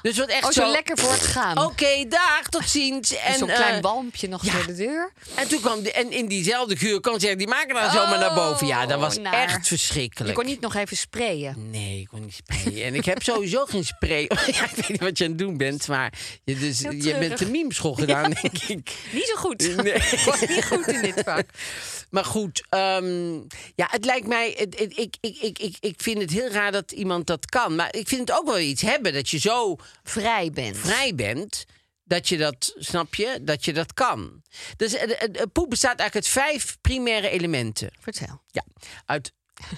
Speaker 4: Dus wat echt
Speaker 2: Oh, zo lekker voor het gaan.
Speaker 4: Oké, dag, tot ziens.
Speaker 2: En
Speaker 4: En
Speaker 2: zo'n klein
Speaker 4: eh,
Speaker 2: walmpje nog
Speaker 4: ja.
Speaker 2: door de deur.
Speaker 4: en toen kwam de, en in diezelfde geur kwam ze die maken daar zomaar naar boven. Ja, dat was
Speaker 2: Oh, naar.
Speaker 4: echt
Speaker 2: Je
Speaker 4: verschrikkelijk.
Speaker 2: kon niet nog even sprayen.
Speaker 4: Nee, ik kon niet sprayen. En ik heb sowieso geen spray. ja, ik weet niet wat je aan het doen bent, maar je, dus,
Speaker 2: Heel
Speaker 4: je
Speaker 2: treurig.
Speaker 4: bent de meme-school gedaan, denk ik.
Speaker 2: Niet zo goed.
Speaker 4: Nee.
Speaker 2: ik was niet goed in dit vak.
Speaker 4: Maar goed, ehm, ja, het lijkt mij. Het, het- ik, ik, ik, ik, ik vind het heel raar dat iemand dat kan. Maar ik vind het ook wel iets hebben dat je zo
Speaker 2: Vrij bent.
Speaker 4: vrij bent. Dat je dat, snap je, dat je dat kan. Dus eh, eh, eh, poep bestaat eigenlijk uit vijf primaire elementen.
Speaker 2: Vertel.
Speaker 4: Ja, uit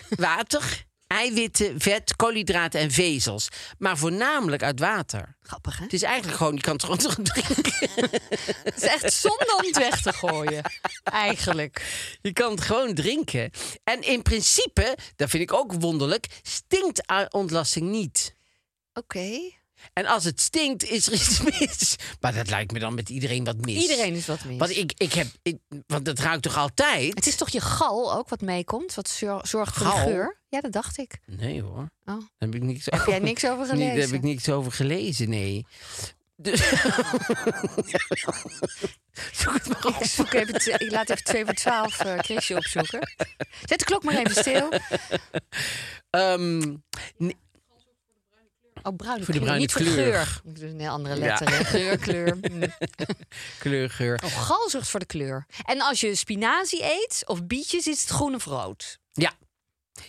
Speaker 4: water, eiwitten, vet, koolhydraten en vezels. Maar voornamelijk uit water.
Speaker 2: Grappig, hè?
Speaker 4: Het is eigenlijk gewoon, je kan het gewoon terug drinken.
Speaker 2: Het is echt zonde om het weg te gooien. Eigenlijk.
Speaker 4: Je kan het gewoon drinken. En in principe, dat vind ik ook wonderlijk, stinkt a- ontlasting niet.
Speaker 2: Oké.
Speaker 4: En als het stinkt, is er iets mis. Maar dat lijkt me dan met iedereen wat mis.
Speaker 2: Iedereen is wat mis.
Speaker 4: Want ik, ik heb, ik- want dat ruikt toch altijd?
Speaker 2: Het is toch je gal ook wat meekomt, wat zor- zorgt voor de
Speaker 4: Gal?
Speaker 2: geur? Ja, dat dacht ik.
Speaker 4: Nee hoor.
Speaker 2: Oh.
Speaker 4: Daar heb ik niks
Speaker 2: Heb jij niks over
Speaker 4: Nee,
Speaker 2: gelezen?
Speaker 4: daar heb ik niks over gelezen, nee. Dus... Zoek het maar op.
Speaker 2: Ik zoek even twee- ik laat even 2 voor 12 eh Chrisje opzoeken. Zet de klok maar even stil.
Speaker 4: Ehm,
Speaker 2: Oh, bruine
Speaker 4: Voor de
Speaker 2: kleur,
Speaker 4: bruine
Speaker 2: niet voor
Speaker 4: kleur.
Speaker 2: geur. Dat is een heel andere letter. hè. Geur, kleur. Mm.
Speaker 4: kleurgeur.
Speaker 2: Oh, gal zorgt voor de kleur. En als je spinazie eet of bietjes, is het groen of rood.
Speaker 4: Ja.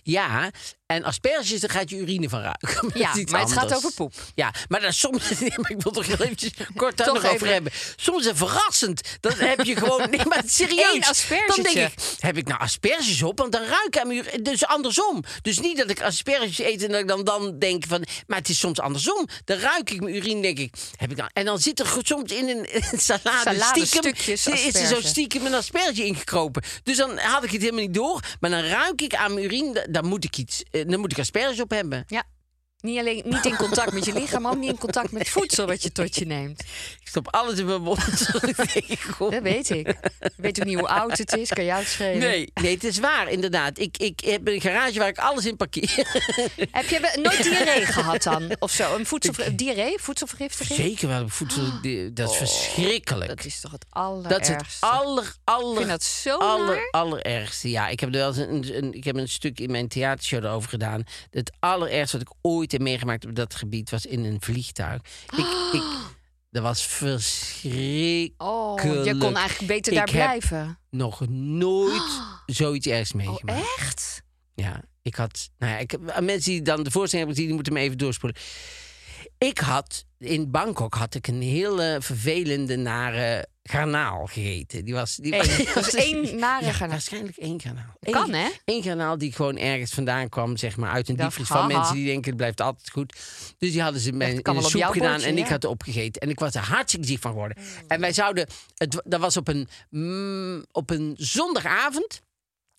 Speaker 4: Ja, en asperges, daar gaat je urine van ruiken.
Speaker 2: Ja,
Speaker 4: Dat is iets
Speaker 2: maar het gaat
Speaker 4: anders.
Speaker 2: over poep.
Speaker 4: Ja, maar dan soms... Nee, maar ik wil toch heel eventjes kort daar
Speaker 2: Toch
Speaker 4: nog over
Speaker 2: even.
Speaker 4: hebben. Soms is het verrassend. Dan heb je gewoon... Nee, maar serieus.
Speaker 2: Eén aspergetje.
Speaker 4: Dan denk ik, heb ik nou asperges op? Want dan ruik ik aan mijn urine. Dus andersom. Dus niet dat ik asperges eet en dat ik dan, dan denk van... Maar het is soms andersom. Dan ruik ik mijn urine, denk ik. Heb ik nou, en dan zit er ge- soms in een, een salade,
Speaker 2: Salade
Speaker 4: Ah, dus stiekem...
Speaker 2: stukjes
Speaker 4: is er zo
Speaker 2: asperge.
Speaker 4: stiekem een asperge ingekropen. Dus dan had ik het helemaal niet door. Maar dan ruik ik aan mijn urine, da- dan moet ik iets, eh, dan moet ik asperges op hebben.
Speaker 2: Ja. Niet alleen niet in contact met je lichaam, maar ook niet in contact met voedsel wat je tot je neemt.
Speaker 4: Ik stop alles in mijn mond. als ik tegenkom.
Speaker 2: Dat weet ik. Je weet ook niet hoe oud het is, kan je uitschrijven.
Speaker 4: Nee, nee, het is waar, inderdaad. Ik, ik heb een garage waar ik alles in parkeer.
Speaker 2: Heb je wel- nooit diarree gehad dan? Of zo? Een voedselver... diarree? Voedselvergiftiging?
Speaker 4: Zeker wel, voedsel, die- dat Ah. is verschrikkelijk.
Speaker 2: Dat is toch het allerergste?
Speaker 4: Dat is het aller, aller,
Speaker 2: Ik vind dat zo
Speaker 4: aller,
Speaker 2: Oh, naar.
Speaker 4: allerergste. Ja, ik heb er wel eens een, een- ik heb een stuk in mijn theatershow erover gedaan. Het allerergste wat ik ooit heb meegemaakt op dat gebied was in een vliegtuig. Ik, ik, dat was verschrikkelijk.
Speaker 2: Oh, je kon eigenlijk beter
Speaker 4: Ik
Speaker 2: daar
Speaker 4: heb
Speaker 2: blijven.
Speaker 4: Nog nooit zoiets ergs
Speaker 2: Oh,
Speaker 4: meegemaakt.
Speaker 2: echt?
Speaker 4: Ja, ik had. Nou ja, ik, heb- aan mensen die dan de voorstelling hebben gezien, die moeten me even doorspoelen. Ik had in Bangkok had ik een hele vervelende nare garnaal gegeten. Die was, die
Speaker 2: Eén. Dat was één nare
Speaker 4: Ja,
Speaker 2: garnaal.
Speaker 4: Waarschijnlijk één garnaal. Eén-
Speaker 2: Kan, hè?
Speaker 4: Eén garnaal die gewoon ergens vandaan kwam, zeg maar, uit een
Speaker 2: Dacht,
Speaker 4: diepvries van
Speaker 2: haha.
Speaker 4: mensen die denken het blijft altijd goed. Dus die hadden ze in
Speaker 2: kan
Speaker 4: mijn in de
Speaker 2: wel op
Speaker 4: soep
Speaker 2: jouw
Speaker 4: gedaan
Speaker 2: bordje, Mm.
Speaker 4: en ik
Speaker 2: ja.
Speaker 4: had opgegeten. En ik was er hartstikke ziek van geworden. En wij zouden, het, wa- dat was op een, mm, op een zondagavond.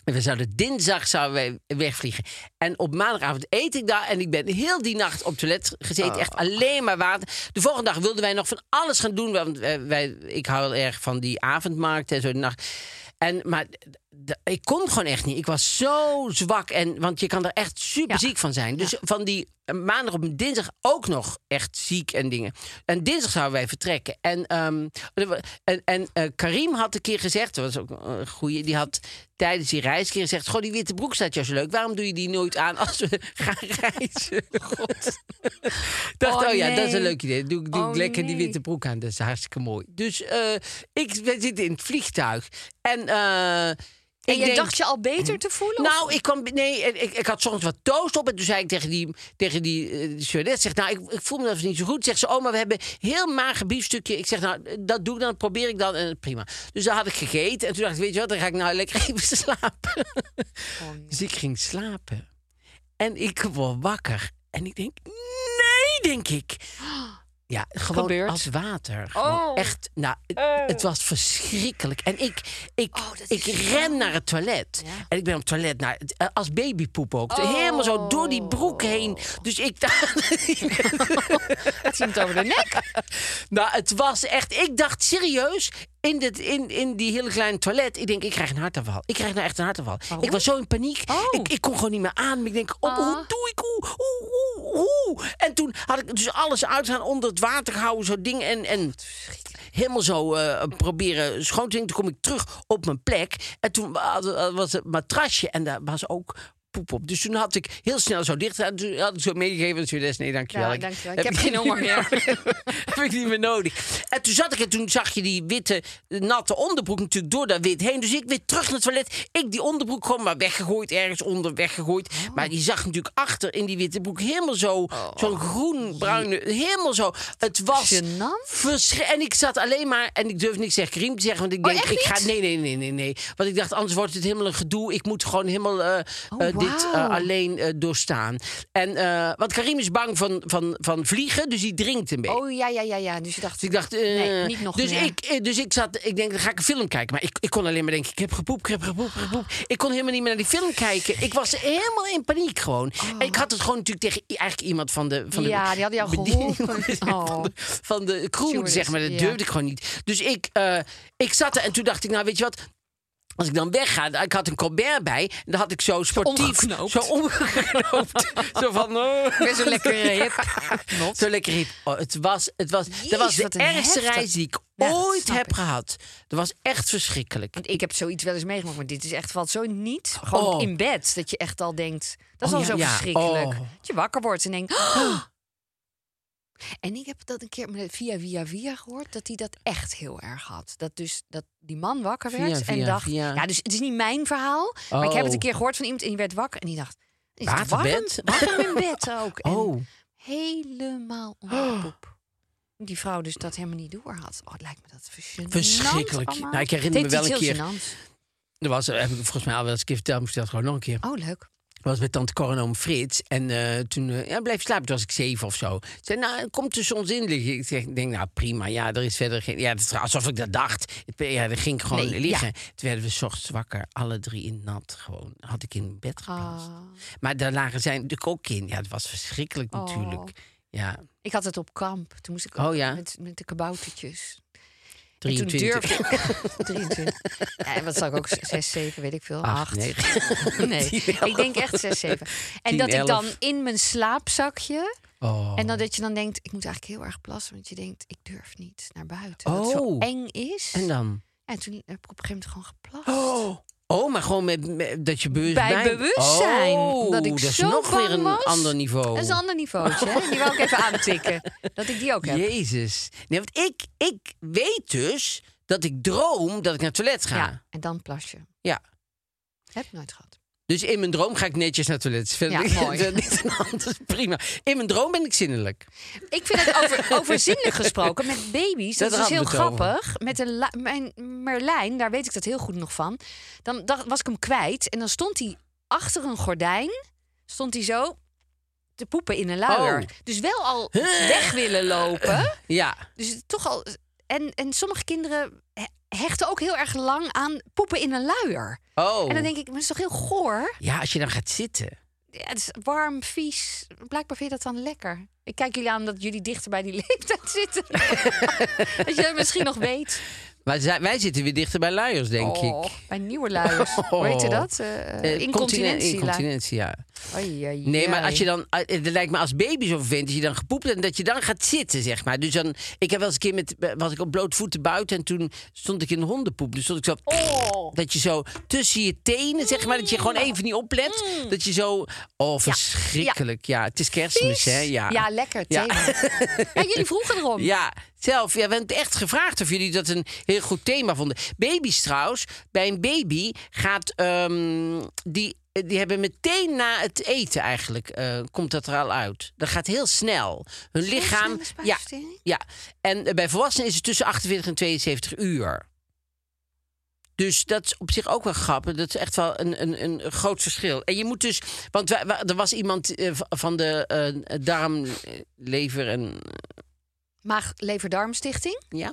Speaker 4: En we zouden dinsdag zouden wij wegvliegen. En op maandagavond eet ik daar. En ik ben heel die nacht op het toilet gezeten. Echt
Speaker 2: Oh.
Speaker 4: alleen maar water. De volgende dag wilden wij nog van alles gaan doen. Want wij, wij- ik hou heel erg van die avondmarkt en zo de nacht. En, maar d- d- ik kon gewoon echt niet. Ik was zo zwak. En, want je kan er echt super ziek van zijn. Dus van die eh, maandag op een dinsdag ook nog echt ziek en dingen. En dinsdag zouden wij vertrekken. En, ehm, en, en eh, Karim had een keer gezegd, dat was ook een goeie, die had tijdens die reis een keer gezegd: Goh, die witte broek staat jou zo leuk. Waarom doe je die nooit aan als we gaan reizen? God. dacht, oh,
Speaker 2: Oh,
Speaker 4: ja, dat is een
Speaker 2: nee.
Speaker 4: leuk idee. Doe, ik- doe ik
Speaker 2: Oh,
Speaker 4: lekker die
Speaker 2: nee.
Speaker 4: witte broek aan. Dat is hartstikke mooi. Dus eh, ik, we zitten in het vliegtuig. En, eh,
Speaker 2: En
Speaker 4: ik
Speaker 2: je
Speaker 4: denk-
Speaker 2: dacht je al beter te voelen? of-
Speaker 4: nou, ik kwam. Nee, en ik, ik had soms wat toast op. En toen zei ik tegen die, tegen die eh, stewardess: zeg, Nou, ik, ik voel me dat niet zo goed. Zegt ze: Oh, maar we hebben heel mager biefstukje. Ik zeg: Nou, dat doe ik dan, dat probeer ik dan. En prima. Dus dat had ik gegeten. En toen dacht ik: Weet je wat, dan ga ik nou lekker even slapen.
Speaker 2: Oh,
Speaker 4: Dus ik ging slapen. En ik word wakker. En ik denk: Nee, denk ik. Ja, gewoon
Speaker 2: Gebeurt.
Speaker 4: als water. Gewoon
Speaker 2: Oh. Eh.
Speaker 4: Echt, nou, het, het was verschrikkelijk. En ik, ik,
Speaker 2: Oh, dat
Speaker 4: ik
Speaker 2: is zo-
Speaker 4: ren naar het toilet. En ik ben op het toilet nou, het- eh, als babypoep ook.
Speaker 2: Oh.
Speaker 4: Helemaal zo door die broek heen. Dus ik dacht...
Speaker 2: Het ging over de nek.
Speaker 4: nou, het was echt... Ik dacht serieus... In, dit, in, in die hele kleine toilet. Ik denk, ik krijg een hartaanval. Ik krijg nou echt een hartaanval. Ik was zo in paniek.
Speaker 2: Oh. Ah.
Speaker 4: Ik, ik kon gewoon niet meer aan. Ik denk, oh, hoe doe ik? Hoe, hoe, hoe, hoe? En toen had ik dus alles uitgaan onder het water gehouden. Zo ding en... en helemaal zo eh, proberen schoon te doen. Toen kom ik terug op mijn plek. En toen wa- was het matrasje en daar was ook poep op. Dus toen had ik heel snel zo dicht. En toen had ik zo meegegeven. aan Suarez, nee, dankjewel.
Speaker 2: Ja, dankjewel. Ik heb geen honger meer.
Speaker 4: heb ik niet meer nodig. En toen zat ik en toen zag je die witte, natte onderbroek natuurlijk door dat wit heen. Dus ik weer terug naar het toilet. Ik die onderbroek gewoon maar weggegooid, ergens onder weggegooid.
Speaker 2: Oh.
Speaker 4: Maar je zag natuurlijk achter in die witte broek helemaal zo, zo'n groen-bruine, helemaal zo. Het was
Speaker 2: Gênant.
Speaker 4: verschri- En ik zat alleen maar, en ik durf niks tegen Karim te zeggen, want ik
Speaker 2: Oh,
Speaker 4: denk,
Speaker 2: echt
Speaker 4: ik ga,
Speaker 2: niet?
Speaker 4: nee, nee, nee, nee, nee. Want ik dacht, anders wordt het helemaal een gedoe. Ik moet gewoon helemaal eh, eh,
Speaker 2: wauw.
Speaker 4: dit eh,
Speaker 2: Oh, Wauw.
Speaker 4: alleen eh, doorstaan. En, eh, want Karim is bang van, van, van vliegen, dus hij drinkt een beetje.
Speaker 2: Oh ja, ja, ja, ja. Dus je dacht,
Speaker 4: Dus ik dacht, eh,
Speaker 2: nee, niet nog
Speaker 4: dus,
Speaker 2: meer.
Speaker 4: ik, eh, dus ik zat, ik denk, dan ga ik een film kijken. Maar ik, ik kon alleen maar denken, ik heb gepoept, ik heb gepoept, ik heb
Speaker 2: Ah.
Speaker 4: gepoept. Ik kon helemaal niet meer naar die film kijken. Ik was helemaal in paniek gewoon. En ik had het gewoon natuurlijk tegen i- eigenlijk iemand van de... Van
Speaker 2: Ah. Ja,
Speaker 4: de,
Speaker 2: die hadden jou
Speaker 4: bediening-
Speaker 2: geholpen.
Speaker 4: Van, de, van de crew,
Speaker 2: Stewardess,
Speaker 4: zeg maar. Dat
Speaker 2: ja.
Speaker 4: durfde ik gewoon niet. Dus ik, eh, ik zat er en toen dacht ik, nou weet je wat... Als ik dan wegga, ik had een Colbert bij, en dan had ik zo sportief,
Speaker 2: omgeknoopt.
Speaker 4: zo omgeknoopt, zo van, oh.
Speaker 2: Best een lekkere eh, hip. Not.
Speaker 4: Zo lekker hip. Oh, het was, het was, dat was
Speaker 2: Jeez,
Speaker 4: de
Speaker 2: wat een
Speaker 4: ergste
Speaker 2: heftig-
Speaker 4: reis die ik
Speaker 2: Ja, dat
Speaker 4: ooit
Speaker 2: snap
Speaker 4: heb
Speaker 2: ik.
Speaker 4: gehad. Dat was echt verschrikkelijk.
Speaker 2: Want ik heb zoiets wel eens meegemaakt, maar dit is echt valt zo niet. Gewoon
Speaker 4: Oh.
Speaker 2: in bed, dat je echt al denkt, dat is al
Speaker 4: Oh, ja,
Speaker 2: zo
Speaker 4: ja.
Speaker 2: verschrikkelijk.
Speaker 4: Oh.
Speaker 2: Dat je wakker wordt en denkt... "Ah." En ik heb dat een keer met- via via via gehoord, dat hij dat echt heel erg had. Dat dus dat die man wakker
Speaker 4: Via,
Speaker 2: werd en
Speaker 4: via,
Speaker 2: dacht,
Speaker 4: via.
Speaker 2: ja, dus het is niet mijn verhaal, maar ik heb het een
Speaker 4: Oh.
Speaker 2: keer gehoord van iemand en die werd wakker en die dacht, is het warm?
Speaker 4: Waterbed?
Speaker 2: Warm in bed ook. En
Speaker 4: Oh,
Speaker 2: helemaal onder de poep. Die vrouw dus dat helemaal niet door had. Oh, het lijkt me dat verschrikkelijk.
Speaker 4: Verschrikkelijk. Nou, ik herinner me wel een keer-
Speaker 2: keer.
Speaker 4: dat was, eh, heb ik volgens mij al wel eens een keer verteld, moest ik dat gewoon nog een keer.
Speaker 2: Oh, leuk.
Speaker 4: Ik was bij tante Cor en oom Frits. En eh, toen eh, ja, blijf slapen. Toen was ik zeven of zo. Ze zei, nou, komt tussen ons in liggen. Ik zeg, ik denk, nou prima. Ja, er is verder geen... Ja, het is alsof ik dat dacht. Het- Ja, dan ging ik gewoon
Speaker 2: Nee,
Speaker 4: liggen. Toen werden we 's ochtends wakker. Alle drie in nat gewoon. Had ik in bed
Speaker 2: Ah.
Speaker 4: geplaatst. Maar daar lagen zij natuurlijk ook in. Ja, het was verschrikkelijk
Speaker 2: Oh.
Speaker 4: natuurlijk. Ja,
Speaker 2: Ik had het op kamp. Toen moest ik
Speaker 4: Oh,
Speaker 2: ook
Speaker 4: ja.
Speaker 2: met, met de kaboutertjes. En
Speaker 4: 23.
Speaker 2: toen durfde ik... 23. Ja, en wat zal ik ook? 6, 7, weet ik veel. 8.
Speaker 4: nee.
Speaker 2: Nee, ik denk echt 6, 7. En
Speaker 4: 10,
Speaker 2: dat ik dan
Speaker 4: 11.
Speaker 2: in mijn slaapzakje...
Speaker 4: Oh.
Speaker 2: En dan dat je dan denkt, ik moet eigenlijk heel erg plassen. Want je denkt, ik durf niet naar buiten. Dat het zo
Speaker 4: Oh.
Speaker 2: eng is.
Speaker 4: En dan?
Speaker 2: En toen heb ik op een gegeven moment gewoon geplast.
Speaker 4: Oh, oh maar gewoon met, met- dat je bewust
Speaker 2: Bij bewustzijn.
Speaker 4: Oh,
Speaker 2: dat ik
Speaker 4: dat is
Speaker 2: zo
Speaker 4: nog
Speaker 2: bang
Speaker 4: weer een
Speaker 2: was.
Speaker 4: ander niveau.
Speaker 2: Dat is een ander niveautje. hè? Die wou ik even aantikken. Dat ik die ook heb.
Speaker 4: Jezus. Nee, want ik, ik weet dus dat ik droom dat ik naar het toilet ga.
Speaker 2: Ja, en dan plas je.
Speaker 4: Ja.
Speaker 2: Heb ik nooit gehad.
Speaker 4: Dus in mijn droom ga ik netjes naar het toilet. Verder
Speaker 2: Ja, mooi.
Speaker 4: dat is een ander- prima. In mijn droom ben ik zinnelijk.
Speaker 2: Ik vind het over, over zinnelijk gesproken met baby's. Dat,
Speaker 4: Dat
Speaker 2: is dus heel
Speaker 4: hadden we het over.
Speaker 2: grappig. Met een la- mijn Merlijn, daar weet ik dat heel goed nog van. Dan dacht, was ik hem kwijt en dan stond hij achter een gordijn. Stond hij zo te poepen in een luier.
Speaker 4: Oh.
Speaker 2: Dus wel al weg willen lopen.
Speaker 4: Ja.
Speaker 2: Dus het toch al. En, en sommige kinderen he- hechten ook heel erg lang aan poepen in een luier.
Speaker 4: Oh.
Speaker 2: En dan denk ik, maar het is toch heel goor?
Speaker 4: Ja, als je dan gaat zitten.
Speaker 2: Ja, het is warm, vies. Blijkbaar vind je dat dan lekker. Ik kijk jullie aan dat jullie dichter bij die leeftijd zitten. dat je dat misschien nog weet.
Speaker 4: Maar zij- wij zitten weer dichter bij luiers, denk
Speaker 2: Oh,
Speaker 4: ik. Oh.
Speaker 2: Bij nieuwe luiers. Hoe heet je dat? Eh,
Speaker 4: Eh,
Speaker 2: incontinentie.
Speaker 4: Incontinentie, ja.
Speaker 2: Ai, ai,
Speaker 4: Nee, maar
Speaker 2: ai.
Speaker 4: als je dan, eh, het lijkt me als baby zo vervelend, dat je dan gepoept hebt en dat je dan gaat zitten, zeg maar. Dus dan, ik heb wel eens een keer met, eh, was ik op blootvoeten buiten en toen stond ik in de hondenpoep. Dus stond ik zo, dat je zo tussen je tenen, zeg maar, dat je gewoon even niet oplet. Dat je zo, oh verschrikkelijk, ja. het is kerstmis, hè, ja.
Speaker 2: Ja, lekker.
Speaker 4: Ja.
Speaker 2: thema. Ja, jullie vroegen erom.
Speaker 4: Ja, zelf. Ja, we hebben het echt gevraagd of jullie dat een heel goed thema vonden. Baby's trouwens. Bij een baby gaat... ehm, die, die hebben meteen na het eten eigenlijk... eh, komt dat er al uit. Dat gaat heel snel. Hun lichaam...
Speaker 2: snelle
Speaker 4: Ja,
Speaker 2: spijsvertering?
Speaker 4: ja. En eh, bij volwassenen is het tussen 48 en 72 uur. Dus dat is op zich ook wel grappig. Dat is echt wel een, een, een groot verschil. En je moet dus. Want wij- wij- er was iemand eh, v- van de eh, darm, eh, lever en
Speaker 2: Maag, lever, darmstichting.
Speaker 4: ja.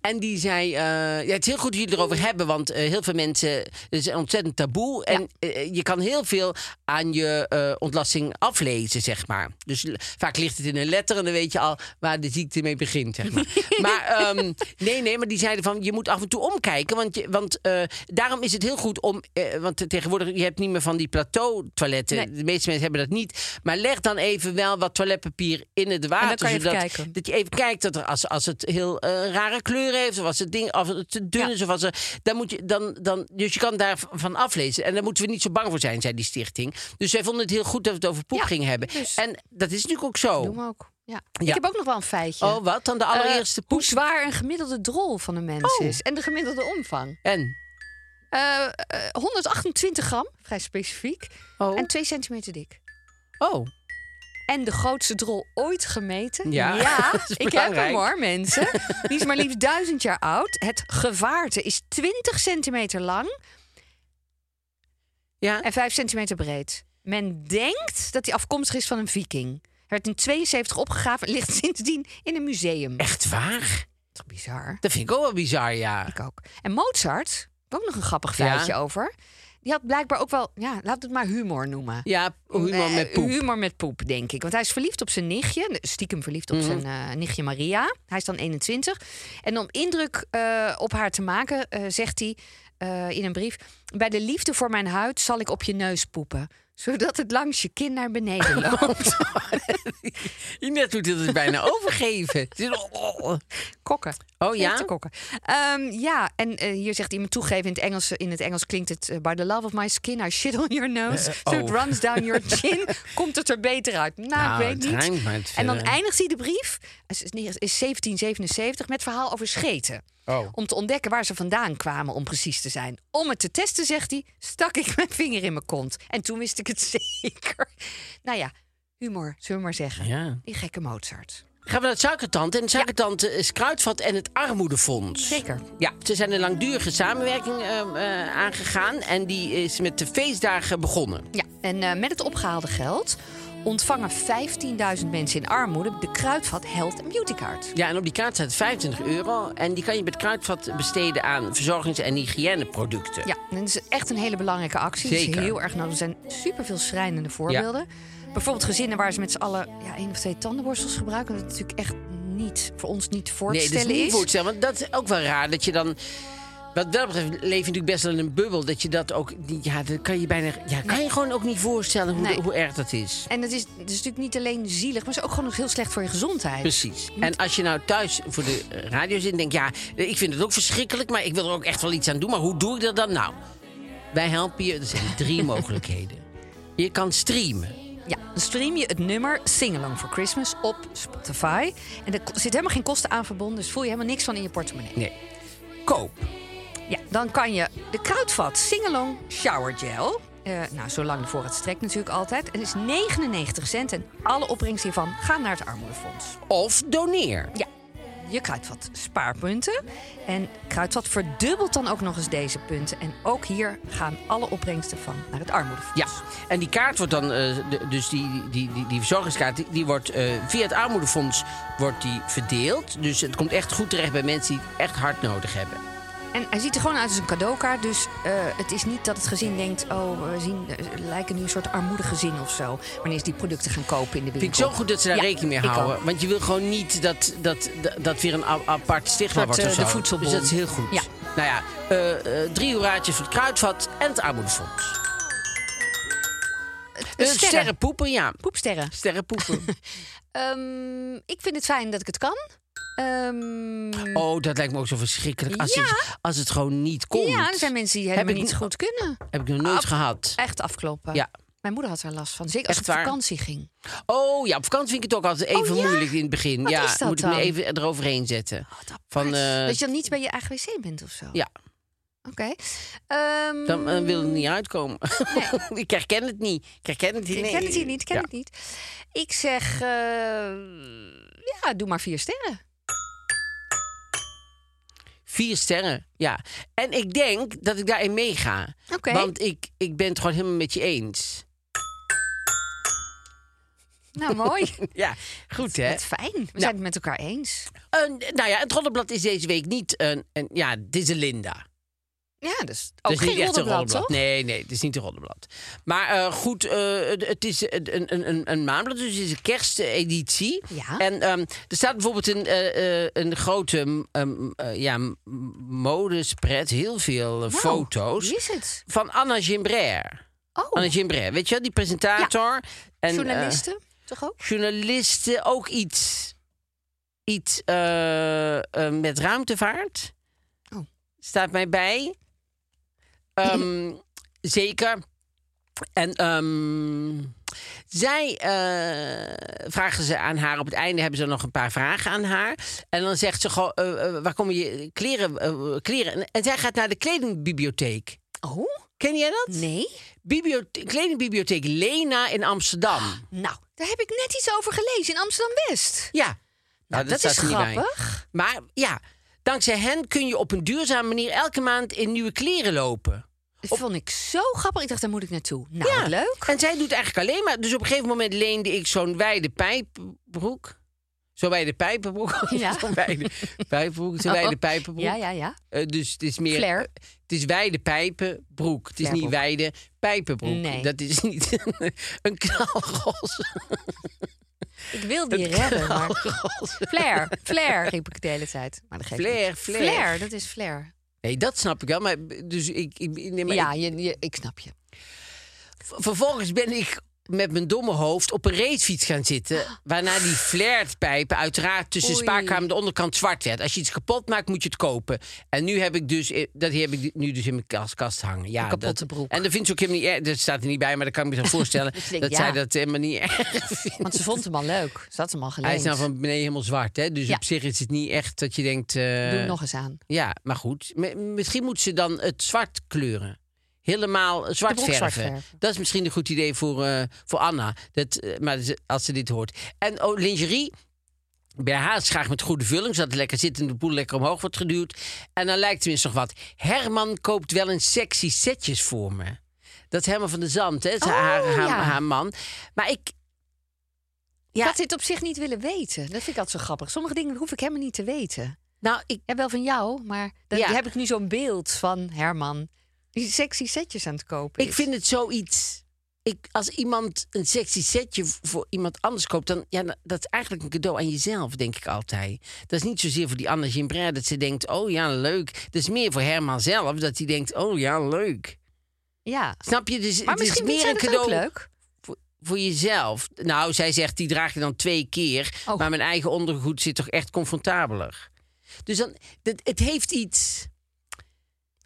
Speaker 4: En die zei, eh, ja, het is heel goed dat jullie erover
Speaker 2: Mm.
Speaker 4: hebben, want eh, heel veel mensen, het is een ontzettend taboe. En eh, je kan heel veel aan je eh, ontlasting aflezen, zeg maar. Dus l- vaak ligt het in een letter en dan weet je al waar de ziekte mee begint, zeg maar. maar ehm, nee, nee, maar die zeiden van, je moet af en toe omkijken, want, je, want eh, daarom is het heel goed om, eh, want tegenwoordig, je hebt niet meer van die plateau-toiletten.
Speaker 2: Nee.
Speaker 4: De meeste mensen hebben dat niet. Maar leg dan even wel wat toiletpapier in het water,
Speaker 2: kan je even
Speaker 4: zodat
Speaker 2: kijken.
Speaker 4: dat je even kijkt dat er als, als het heel eh, rare kleur heeft, of als het ding als het te dun
Speaker 2: Ja.
Speaker 4: is, of als er, dan moet je dan, dan dus je kan daarvan aflezen. En daar moeten we niet zo bang voor zijn, zei die stichting. Dus zij vonden het heel goed dat we het over poep
Speaker 2: Ja,
Speaker 4: gingen hebben.
Speaker 2: dus-
Speaker 4: En dat is natuurlijk ook zo.
Speaker 2: Doe maar ook. Ja. Ik
Speaker 4: Oh. Ja.
Speaker 2: heb ook nog wel een feitje.
Speaker 4: Oh, wat? Dan de allereerste
Speaker 2: Eh,
Speaker 4: poep.
Speaker 2: Hoe zwaar een gemiddelde drol van een mens
Speaker 4: Oh.
Speaker 2: is. En de gemiddelde omvang.
Speaker 4: En
Speaker 2: Eh, eh, 128 gram, vrij specifiek.
Speaker 4: Oh.
Speaker 2: En 2 centimeter dik.
Speaker 4: oh,
Speaker 2: En de grootste drol ooit gemeten.
Speaker 4: Ja, dat is
Speaker 2: ik heb hem
Speaker 4: belangrijk.
Speaker 2: hoor, mensen. Die is maar liefst duizend jaar oud. Het gevaarte is 20 centimeter lang
Speaker 4: ja.
Speaker 2: en 5 centimeter breed. Men denkt dat hij afkomstig is van een viking. Hij werd in 72 opgegraven en ligt sindsdien in een museum.
Speaker 4: Echt waar?
Speaker 2: Toch bizar.
Speaker 4: Dat vind ik ook wel bizar, ja.
Speaker 2: Ik ook. En Mozart, ook nog een grappig feitje
Speaker 4: Ja.
Speaker 2: over. Die had blijkbaar ook wel, ja, laat het maar humor noemen.
Speaker 4: Ja, humor
Speaker 2: Eh,
Speaker 4: met poep.
Speaker 2: Humor met poep, denk ik. Want hij is verliefd op zijn nichtje. Stiekem verliefd
Speaker 4: Mhm.
Speaker 2: op zijn eh, nichtje Maria. Hij is dan 21. En om indruk eh, op haar te maken, eh, zegt hij eh, in een brief... Bij de liefde voor mijn huid zal ik op je neus poepen. Zodat het langs je kin naar beneden loopt.
Speaker 4: Net doet hij het bijna overgeven. Het is- oh, oh.
Speaker 2: kokken.
Speaker 4: Oh, ja?
Speaker 2: Echte kokken. Ehm, ja, en eh, hier zegt iemand toegeven in het Engels. In het Engels klinkt het... eh, By the love of my skin, I shit on your nose. so it
Speaker 4: oh.
Speaker 2: runs down your chin. Komt het er beter uit? Nou,
Speaker 4: Nou,
Speaker 2: ik weet
Speaker 4: het
Speaker 2: niet.
Speaker 4: rijmt, maar het,
Speaker 2: en dan
Speaker 4: eh,
Speaker 2: eindigt hij de brief. Het is niet- het is 1777 met verhaal over scheten.
Speaker 4: Oh.
Speaker 2: Om te ontdekken waar ze vandaan kwamen, om precies te zijn. Om het te testen, zegt hij, stak ik mijn vinger in mijn kont. En toen wist ik het zeker. Nou ja, humor, zullen we maar zeggen.
Speaker 4: Ja.
Speaker 2: Die gekke Mozart.
Speaker 4: Gaan we naar het suikertante. En het suikertante is Kruidvat en het Armoedefonds.
Speaker 2: Zeker.
Speaker 4: Ja, ze zijn een langdurige samenwerking ehm, eh, aangegaan. En die is met de feestdagen begonnen.
Speaker 2: Ja, en eh, met het opgehaalde geld ontvangen 15.000 mensen in armoede de Kruidvat Health and Beauty Card.
Speaker 4: Ja, en op die kaart staat 25 euro. En die kan je met Kruidvat besteden aan verzorgings- en hygiëneproducten.
Speaker 2: Ja, en dat is echt een hele belangrijke actie. Dat
Speaker 4: Zeker.
Speaker 2: is heel erg nodig. Er zijn superveel schrijnende voorbeelden. Bijvoorbeeld gezinnen waar ze met z'n allen ja, één of twee tandenborstels gebruiken. Dat is natuurlijk echt niet, voor ons niet voor te
Speaker 4: Nee, dat is
Speaker 2: stellen
Speaker 4: niet
Speaker 2: is.
Speaker 4: voor te stellen. Want dat is ook wel raar dat je dan... Wat dat betreft leef je natuurlijk best wel in een bubbel. Dat je dat ook... Ja, dat kan je bijna... Ja, kan je gewoon ook niet voorstellen hoe,
Speaker 2: Nee.
Speaker 4: hoe erg dat is.
Speaker 2: En dat is, dat is natuurlijk niet alleen zielig, maar het is ook gewoon nog heel slecht voor je gezondheid.
Speaker 4: Precies. En als je nou thuis voor de eh, radio zit en denkt... ja, ik vind het ook verschrikkelijk, maar ik wil er ook echt wel iets aan doen. Maar hoe doe ik dat dan? Nou, wij helpen je. Er zijn drie mogelijkheden. Je kan streamen.
Speaker 2: Ja, dan stream je het nummer Sing Along for Christmas op Spotify. En er ko- zit helemaal geen kosten aan verbonden, dus voel je helemaal niks van in je portemonnee.
Speaker 4: Nee. Koop.
Speaker 2: Ja, dan kan je de Kruidvat Singalong Shower Gel. Eh, nou, zolang de voorraad strekt natuurlijk altijd. Het is 99 cent en alle opbrengst hiervan gaan naar het armoedefonds.
Speaker 4: Of doneer.
Speaker 2: Ja, je Kruidvat spaarpunten. En Kruidvat verdubbelt dan ook nog eens deze punten. En ook hier gaan alle opbrengsten van naar het armoedefonds.
Speaker 4: Ja, en die kaart wordt dan, eh, de- dus die, die, die, die verzorgingskaart, die, die wordt eh, via het armoedefonds wordt die verdeeld. Dus het komt echt goed terecht bij mensen die het echt hard nodig hebben.
Speaker 2: En hij ziet er gewoon uit als een cadeaukaart. Dus eh, het is niet dat het gezin denkt... oh, we zien, eh, lijken nu een soort armoedig gezin of zo... wanneer ze die producten gaan kopen in de winkel.
Speaker 4: Vind ik zo goed dat ze daar
Speaker 2: Ja,
Speaker 4: rekening mee
Speaker 2: ik
Speaker 4: houden.
Speaker 2: ook.
Speaker 4: Want je wil gewoon niet dat, dat, dat, dat weer een a- apart stigma
Speaker 2: Wordt,
Speaker 4: wordt.
Speaker 2: eh,
Speaker 4: of zo.
Speaker 2: de voedselbon.
Speaker 4: Dus dat is heel goed.
Speaker 2: Ja.
Speaker 4: Nou ja, eh, eh, drie hoeraatjes voor het kruidvat en het armoedefonds. Eh,
Speaker 2: sterren.
Speaker 4: Sterrenpoepen, ja.
Speaker 2: Poepsterren.
Speaker 4: Sterrenpoepen.
Speaker 2: Ehm, ik vind het fijn dat ik het kan. Ehm,
Speaker 4: oh, dat lijkt me ook zo verschrikkelijk. Als,
Speaker 2: Ja.
Speaker 4: het, als het gewoon niet komt.
Speaker 2: ja, er zijn mensen die
Speaker 4: Heb
Speaker 2: helemaal
Speaker 4: ik
Speaker 2: niet zo
Speaker 4: n-
Speaker 2: goed kunnen.
Speaker 4: Heb ik nog nooit
Speaker 2: Af-
Speaker 4: gehad.
Speaker 2: Echt afkloppen.
Speaker 4: Ja.
Speaker 2: Mijn moeder had er last van. Zeker als
Speaker 4: Echt
Speaker 2: ik op
Speaker 4: waar?
Speaker 2: vakantie ging.
Speaker 4: Oh ja, op vakantie vind ik het ook altijd even
Speaker 2: Oh, ja?
Speaker 4: moeilijk in het begin.
Speaker 2: Wat
Speaker 4: ja,
Speaker 2: is dat
Speaker 4: moet ik
Speaker 2: dan?
Speaker 4: me even eroverheen zetten.
Speaker 2: Wat
Speaker 4: Van,
Speaker 2: apart.
Speaker 4: eh,
Speaker 2: dat je dan niet bij je eigen wc bent of zo.
Speaker 4: Ja,
Speaker 2: Oké. Ehm,
Speaker 4: dan eh, wil het niet uitkomen. ik herken het niet. Ik herken het hier
Speaker 2: Ik
Speaker 4: niet.
Speaker 2: ken het hier niet, ik ken
Speaker 4: Ja.
Speaker 2: het niet. Ik zeg, eh, ja, doe maar vier sterren.
Speaker 4: Vier sterren, ja. En ik denk dat ik daarin meega.
Speaker 2: Oké.
Speaker 4: Want ik, ik ben het gewoon helemaal met je eens.
Speaker 2: Nou, mooi.
Speaker 4: Ja, Nou. goed hè.
Speaker 2: Wat fijn. We zijn het met elkaar eens.
Speaker 4: Een- nou ja, het roddelblad is deze week niet een... een ja, dit is een Linda.
Speaker 2: Ja, dus
Speaker 4: Het
Speaker 2: ook
Speaker 4: is
Speaker 2: geen
Speaker 4: niet echt een
Speaker 2: roddelblad,
Speaker 4: roddelblad.
Speaker 2: toch?
Speaker 4: Nee, nee, het is niet een roddelblad. Maar eh, goed, eh, het- het is een, een, een, een maandblad, dus het is een kersteditie.
Speaker 2: Ja.
Speaker 4: En ehm, er staat bijvoorbeeld een, eh, eh, een grote m, ehm, eh, ja, m- modespread, heel veel eh, foto's,
Speaker 2: Wie Nou, is het?
Speaker 4: van Anna Gimbrer.
Speaker 2: Oh,
Speaker 4: Anna Gimbrer, weet je wel, die presentator. En, eh,
Speaker 2: journalisten, toch ook?
Speaker 4: journalisten, ook iets, iets eh, eh, met ruimtevaart.
Speaker 2: Oh.
Speaker 4: Staat mij bij. Ehm, zeker. En ehm, zij eh, vragen ze aan haar. Op het einde hebben ze nog een paar vragen aan haar. En dan zegt ze: goh, eh, eh, waar komen je kleren? eh, kleren? En, en zij gaat naar de kledingbibliotheek.
Speaker 2: Oh,
Speaker 4: Ken jij dat?
Speaker 2: nee.
Speaker 4: Bibliothe- kledingbibliotheek Lena in Amsterdam.
Speaker 2: Nou, daar heb ik net iets over gelezen in Amsterdam-West.
Speaker 4: Ja. Nou,
Speaker 2: dat is
Speaker 4: staat er niet bij.
Speaker 2: grappig.
Speaker 4: Maar ja, dankzij hen kun je op een duurzame manier elke maand in nieuwe kleren lopen.
Speaker 2: Dat vond ik zo grappig. Ik dacht, daar moet ik naartoe. Nou,
Speaker 4: Ja.
Speaker 2: leuk.
Speaker 4: En zij doet eigenlijk alleen maar... Dus op een gegeven moment leende ik zo'n wijde pijpbroek. Zo'n wijde pijpenbroek.
Speaker 2: Ja.
Speaker 4: zo'n wijde pijpenbroek. Zo'n wijde pijpenbroek.
Speaker 2: Oh, Ja, ja, ja.
Speaker 4: Eh, dus het is meer...
Speaker 2: Flair.
Speaker 4: Het is wijde pijpenbroek. Het is niet
Speaker 2: Flarebroek.
Speaker 4: wijde pijpenbroek.
Speaker 2: Nee.
Speaker 4: Dat is niet een knalroze.
Speaker 2: Ik wil die redden,
Speaker 4: Oh,
Speaker 2: maar... Flair, flair, riep ik de hele tijd. Maar dat geeft
Speaker 4: Flair,
Speaker 2: niet.
Speaker 4: flair.
Speaker 2: Flair, dat is flair.
Speaker 4: Nee, dat snap ik wel. Maar dus ik... ik, ik- nee, maar
Speaker 2: ja,
Speaker 4: ik-
Speaker 2: je, je, ik snap je.
Speaker 4: vervolgens ben ik met mijn domme hoofd op een racefiets gaan zitten. Waarna die flairpijpen uiteraard tussen
Speaker 2: Oei.
Speaker 4: spaarkamer en de onderkant zwart werd. Als je iets kapot maakt, moet je het kopen. En nu heb ik dus, eh, dat heb ik nu dus in mijn kast, kast hangen. Ja,
Speaker 2: Een kapotte
Speaker 4: dat-
Speaker 2: broek.
Speaker 4: En dat vindt ze ook helemaal niet erg. Dat staat er niet bij, maar dat kan ik me zo voorstellen. dat
Speaker 2: je denkt,
Speaker 4: zij
Speaker 2: ja.
Speaker 4: dat helemaal niet erg vindt.
Speaker 2: Want ze vond hem al leuk. Ze had hem al geleend.
Speaker 4: Hij is nou van beneden helemaal zwart, hè? Dus
Speaker 2: Ja.
Speaker 4: op zich is het niet echt dat je denkt... eh,
Speaker 2: Doe hem nog eens aan.
Speaker 4: Ja, maar goed. M- misschien moet ze dan het zwart kleuren. Helemaal zwart
Speaker 2: broek
Speaker 4: verven.
Speaker 2: zwart verven.
Speaker 4: Dat is misschien een goed idee voor, eh, voor Anna. Dat, eh, maar ze- als ze dit hoort. En oh, lingerie. Bij haar is graag met goede vulling, zodat het lekker zit en de boel lekker omhoog wordt geduwd. En dan lijkt tenminste nog wat. Herman koopt wel eens sexy setjes voor me. Dat is Herman van de Zand, hè? is haar, haar,
Speaker 2: Oh, ja.
Speaker 4: haar man. Maar ik,
Speaker 2: Ik had dit op zich niet willen weten. Dat vind ik altijd zo grappig. Sommige dingen hoef ik helemaal niet te weten.
Speaker 4: nou, ik,
Speaker 2: Ja, wel van jou, maar dan
Speaker 4: Ja.
Speaker 2: heb ik nu zo'n beeld van Herman. Die sexy setjes aan het kopen
Speaker 4: Ik
Speaker 2: is.
Speaker 4: vind het zoiets. Ik, als iemand een sexy setje v- voor iemand anders koopt, dan ja, na- dat is eigenlijk een cadeau aan jezelf, denk ik altijd. Dat is niet zozeer voor die Anne Gimbert dat ze denkt, oh ja, leuk. Dat is meer voor Herman zelf dat hij denkt, oh ja, leuk.
Speaker 2: Ja.
Speaker 4: Snap je? Dus,
Speaker 2: Maar
Speaker 4: het is
Speaker 2: misschien vindt
Speaker 4: meer
Speaker 2: zij
Speaker 4: een
Speaker 2: dat ook
Speaker 4: cadeau
Speaker 2: leuk.
Speaker 4: Voor, voor jezelf. Nou, zij zegt, die draag je dan twee keer.
Speaker 2: Oh.
Speaker 4: Maar mijn eigen ondergoed zit toch echt comfortabeler. Dus dan, dat, het heeft iets.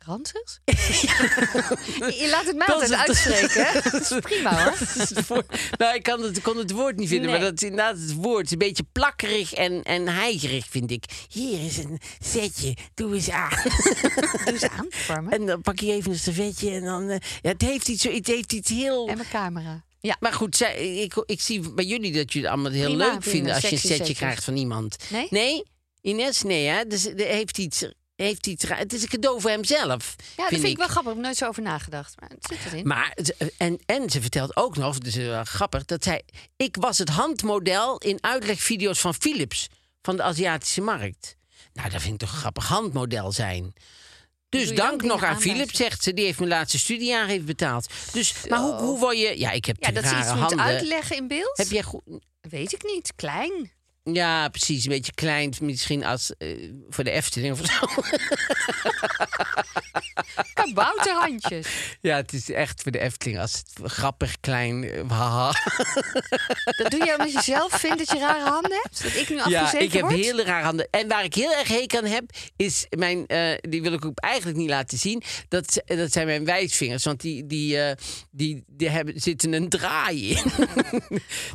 Speaker 2: Ranzigs? Je je laat het mij
Speaker 4: Dat
Speaker 2: altijd
Speaker 4: is het.
Speaker 2: uitspreken. hè? Dat is prima hoor.
Speaker 4: Dat is het woord. nou, ik kan het, kon het woord niet vinden,
Speaker 2: Nee.
Speaker 4: maar dat is inderdaad het woord. Het is een beetje plakkerig en, en heigerig, vind ik. Hier is een setje, doe eens aan.
Speaker 2: Doe eens aan voor me.
Speaker 4: en dan pak je even een servetje en dan... eh, ja, het, heeft iets, zo- het heeft iets heel...
Speaker 2: En mijn camera. Ja.
Speaker 4: Maar goed, zij, ik, ik zie bij jullie dat jullie het allemaal heel
Speaker 2: Prima,
Speaker 4: leuk
Speaker 2: prima.
Speaker 4: vinden... als je een
Speaker 2: Sexy
Speaker 4: setje
Speaker 2: setjes.
Speaker 4: krijgt van iemand.
Speaker 2: Nee?
Speaker 4: Ines, nee, hè? Dus, er heeft iets, heeft iets, ra- het is een cadeau voor hemzelf,
Speaker 2: Ja, dat vind ik wel grappig. Ik heb er nooit zo over nagedacht. Maar het zit erin.
Speaker 4: Maar, ze- eh, en, en ze vertelt ook nog, dus wel grappig, dat zij... Ik was het handmodel in uitlegvideo's van Philips, van de Aziatische markt. Nou, dat vind ik toch grappig, handmodel zijn. Dus
Speaker 2: je dan
Speaker 4: dank
Speaker 2: dingen
Speaker 4: nog aan
Speaker 2: aanwijzen?
Speaker 4: Philips, zegt ze. Die heeft mijn laatste studiejaar heeft betaald. Dus, maar hoe, hoe word je... Ja, ik heb
Speaker 2: Oh. ja,
Speaker 4: die
Speaker 2: dat ze
Speaker 4: rare
Speaker 2: iets moet
Speaker 4: handen.
Speaker 2: uitleggen in beeld.
Speaker 4: Heb jij goed...
Speaker 2: Weet ik niet. Klein.
Speaker 4: Ja, precies. Een beetje klein. Misschien als eh, voor de Efteling of zo.
Speaker 2: Kabouterhandjes.
Speaker 4: Ja, het is echt voor de Efteling. Als het grappig, klein, eh, haha.
Speaker 2: Dat doe je omdat je zelf vindt dat je rare handen hebt. Dat ik nu afgezeten
Speaker 4: Ja, ik heb
Speaker 2: word.
Speaker 4: hele raar handen. En waar ik heel erg hekel aan heb, is mijn. eh, die wil ik ook eigenlijk niet laten zien. Dat, z- dat zijn mijn wijsvingers. Want die, die, eh, die, die hebben, zitten een draai in.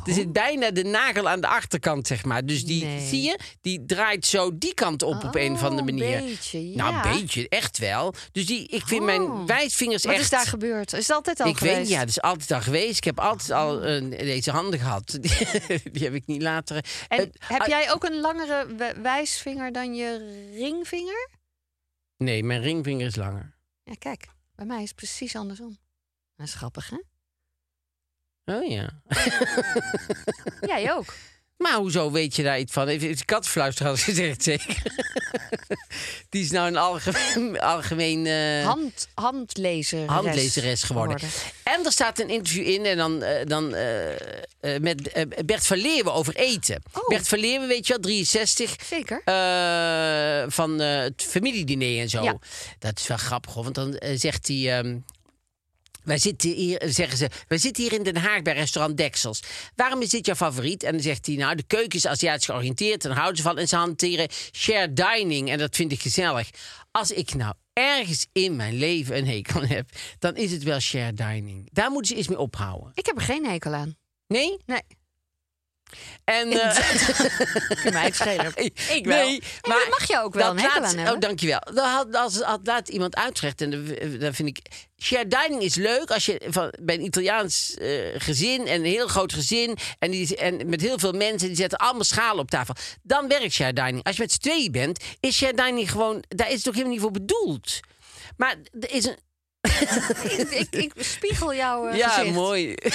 Speaker 4: er zit bijna de nagel aan de achterkant, zeg maar. Dus die,
Speaker 2: Oh. Nee.
Speaker 4: zie je, die draait zo die kant op op een of
Speaker 2: Oh,
Speaker 4: andere
Speaker 2: een
Speaker 4: manier.
Speaker 2: beetje,
Speaker 4: Nou,
Speaker 2: ja.
Speaker 4: een beetje, echt wel. Dus die, ik vind
Speaker 2: Oh.
Speaker 4: mijn wijsvingers
Speaker 2: Wat
Speaker 4: echt.
Speaker 2: is daar gebeurd? Is het altijd al
Speaker 4: ik
Speaker 2: geweest?
Speaker 4: weet niet, ja, dat is altijd al geweest. Ik heb altijd
Speaker 2: Oh.
Speaker 4: al eh, deze handen gehad. die heb ik niet later.
Speaker 2: En
Speaker 4: Eh,
Speaker 2: heb
Speaker 4: ah,
Speaker 2: jij ook een langere we- wijsvinger dan je ringvinger?
Speaker 4: Nee, mijn ringvinger is langer.
Speaker 2: Ja, kijk, bij mij is het precies andersom. Dat is grappig, hè?
Speaker 4: Oh ja.
Speaker 2: Jij ook.
Speaker 4: Maar hoezo weet je daar iets van? Heeft de kattenfluister al gezegd, zeker? Die is nou een algemeen, algemeen eh,
Speaker 2: Hand, handlezeres.
Speaker 4: handlezeres geworden. En er staat een interview in en dan, eh, dan, eh, eh, met eh, Bert van Leeuwen over eten.
Speaker 2: Oh.
Speaker 4: Bert van Leeuwen, weet je wel, 63.
Speaker 2: Zeker.
Speaker 4: eh, van eh, het familiediner en zo.
Speaker 2: Ja.
Speaker 4: Dat is wel grappig, hoor, want dan eh, zegt hij... ehm, wij zitten hier, eh, zeggen ze, wij zitten hier in Den Haag bij restaurant Deksels. Waarom is dit jouw favoriet? En dan zegt hij, nou, de keuken is Aziatisch georiënteerd. En daar houden ze van. En ze hanteren share dining. En dat vind ik gezellig. Als ik nou ergens in mijn leven een hekel aan heb... dan is het wel share dining. Daar moeten ze eens mee ophouden.
Speaker 2: Ik heb er geen hekel aan.
Speaker 4: Nee?
Speaker 2: Nee,
Speaker 4: En... eh,
Speaker 2: kun mij het schelen. Ik wel.
Speaker 4: Nee,
Speaker 2: Nee, dat mag je ook wel
Speaker 4: dat
Speaker 2: een hekel
Speaker 4: laat-
Speaker 2: aan hebben.
Speaker 4: Oh, dankjewel. Dat had, als, had laat iemand uitgerecht. En dat- dat vind ik... Share dining is leuk als je van, bij een Italiaans eh, gezin... en een heel groot gezin... En, die, en met heel veel mensen... die zetten allemaal schalen op tafel. Dan werkt share dining. Als je met z'n tweeën bent... is share dining gewoon... daar is het ook helemaal niet voor bedoeld. Maar er is een...
Speaker 2: ik, ik, ik spiegel jouw eh,
Speaker 4: ja,
Speaker 2: gezicht.
Speaker 4: mooi.
Speaker 2: Niet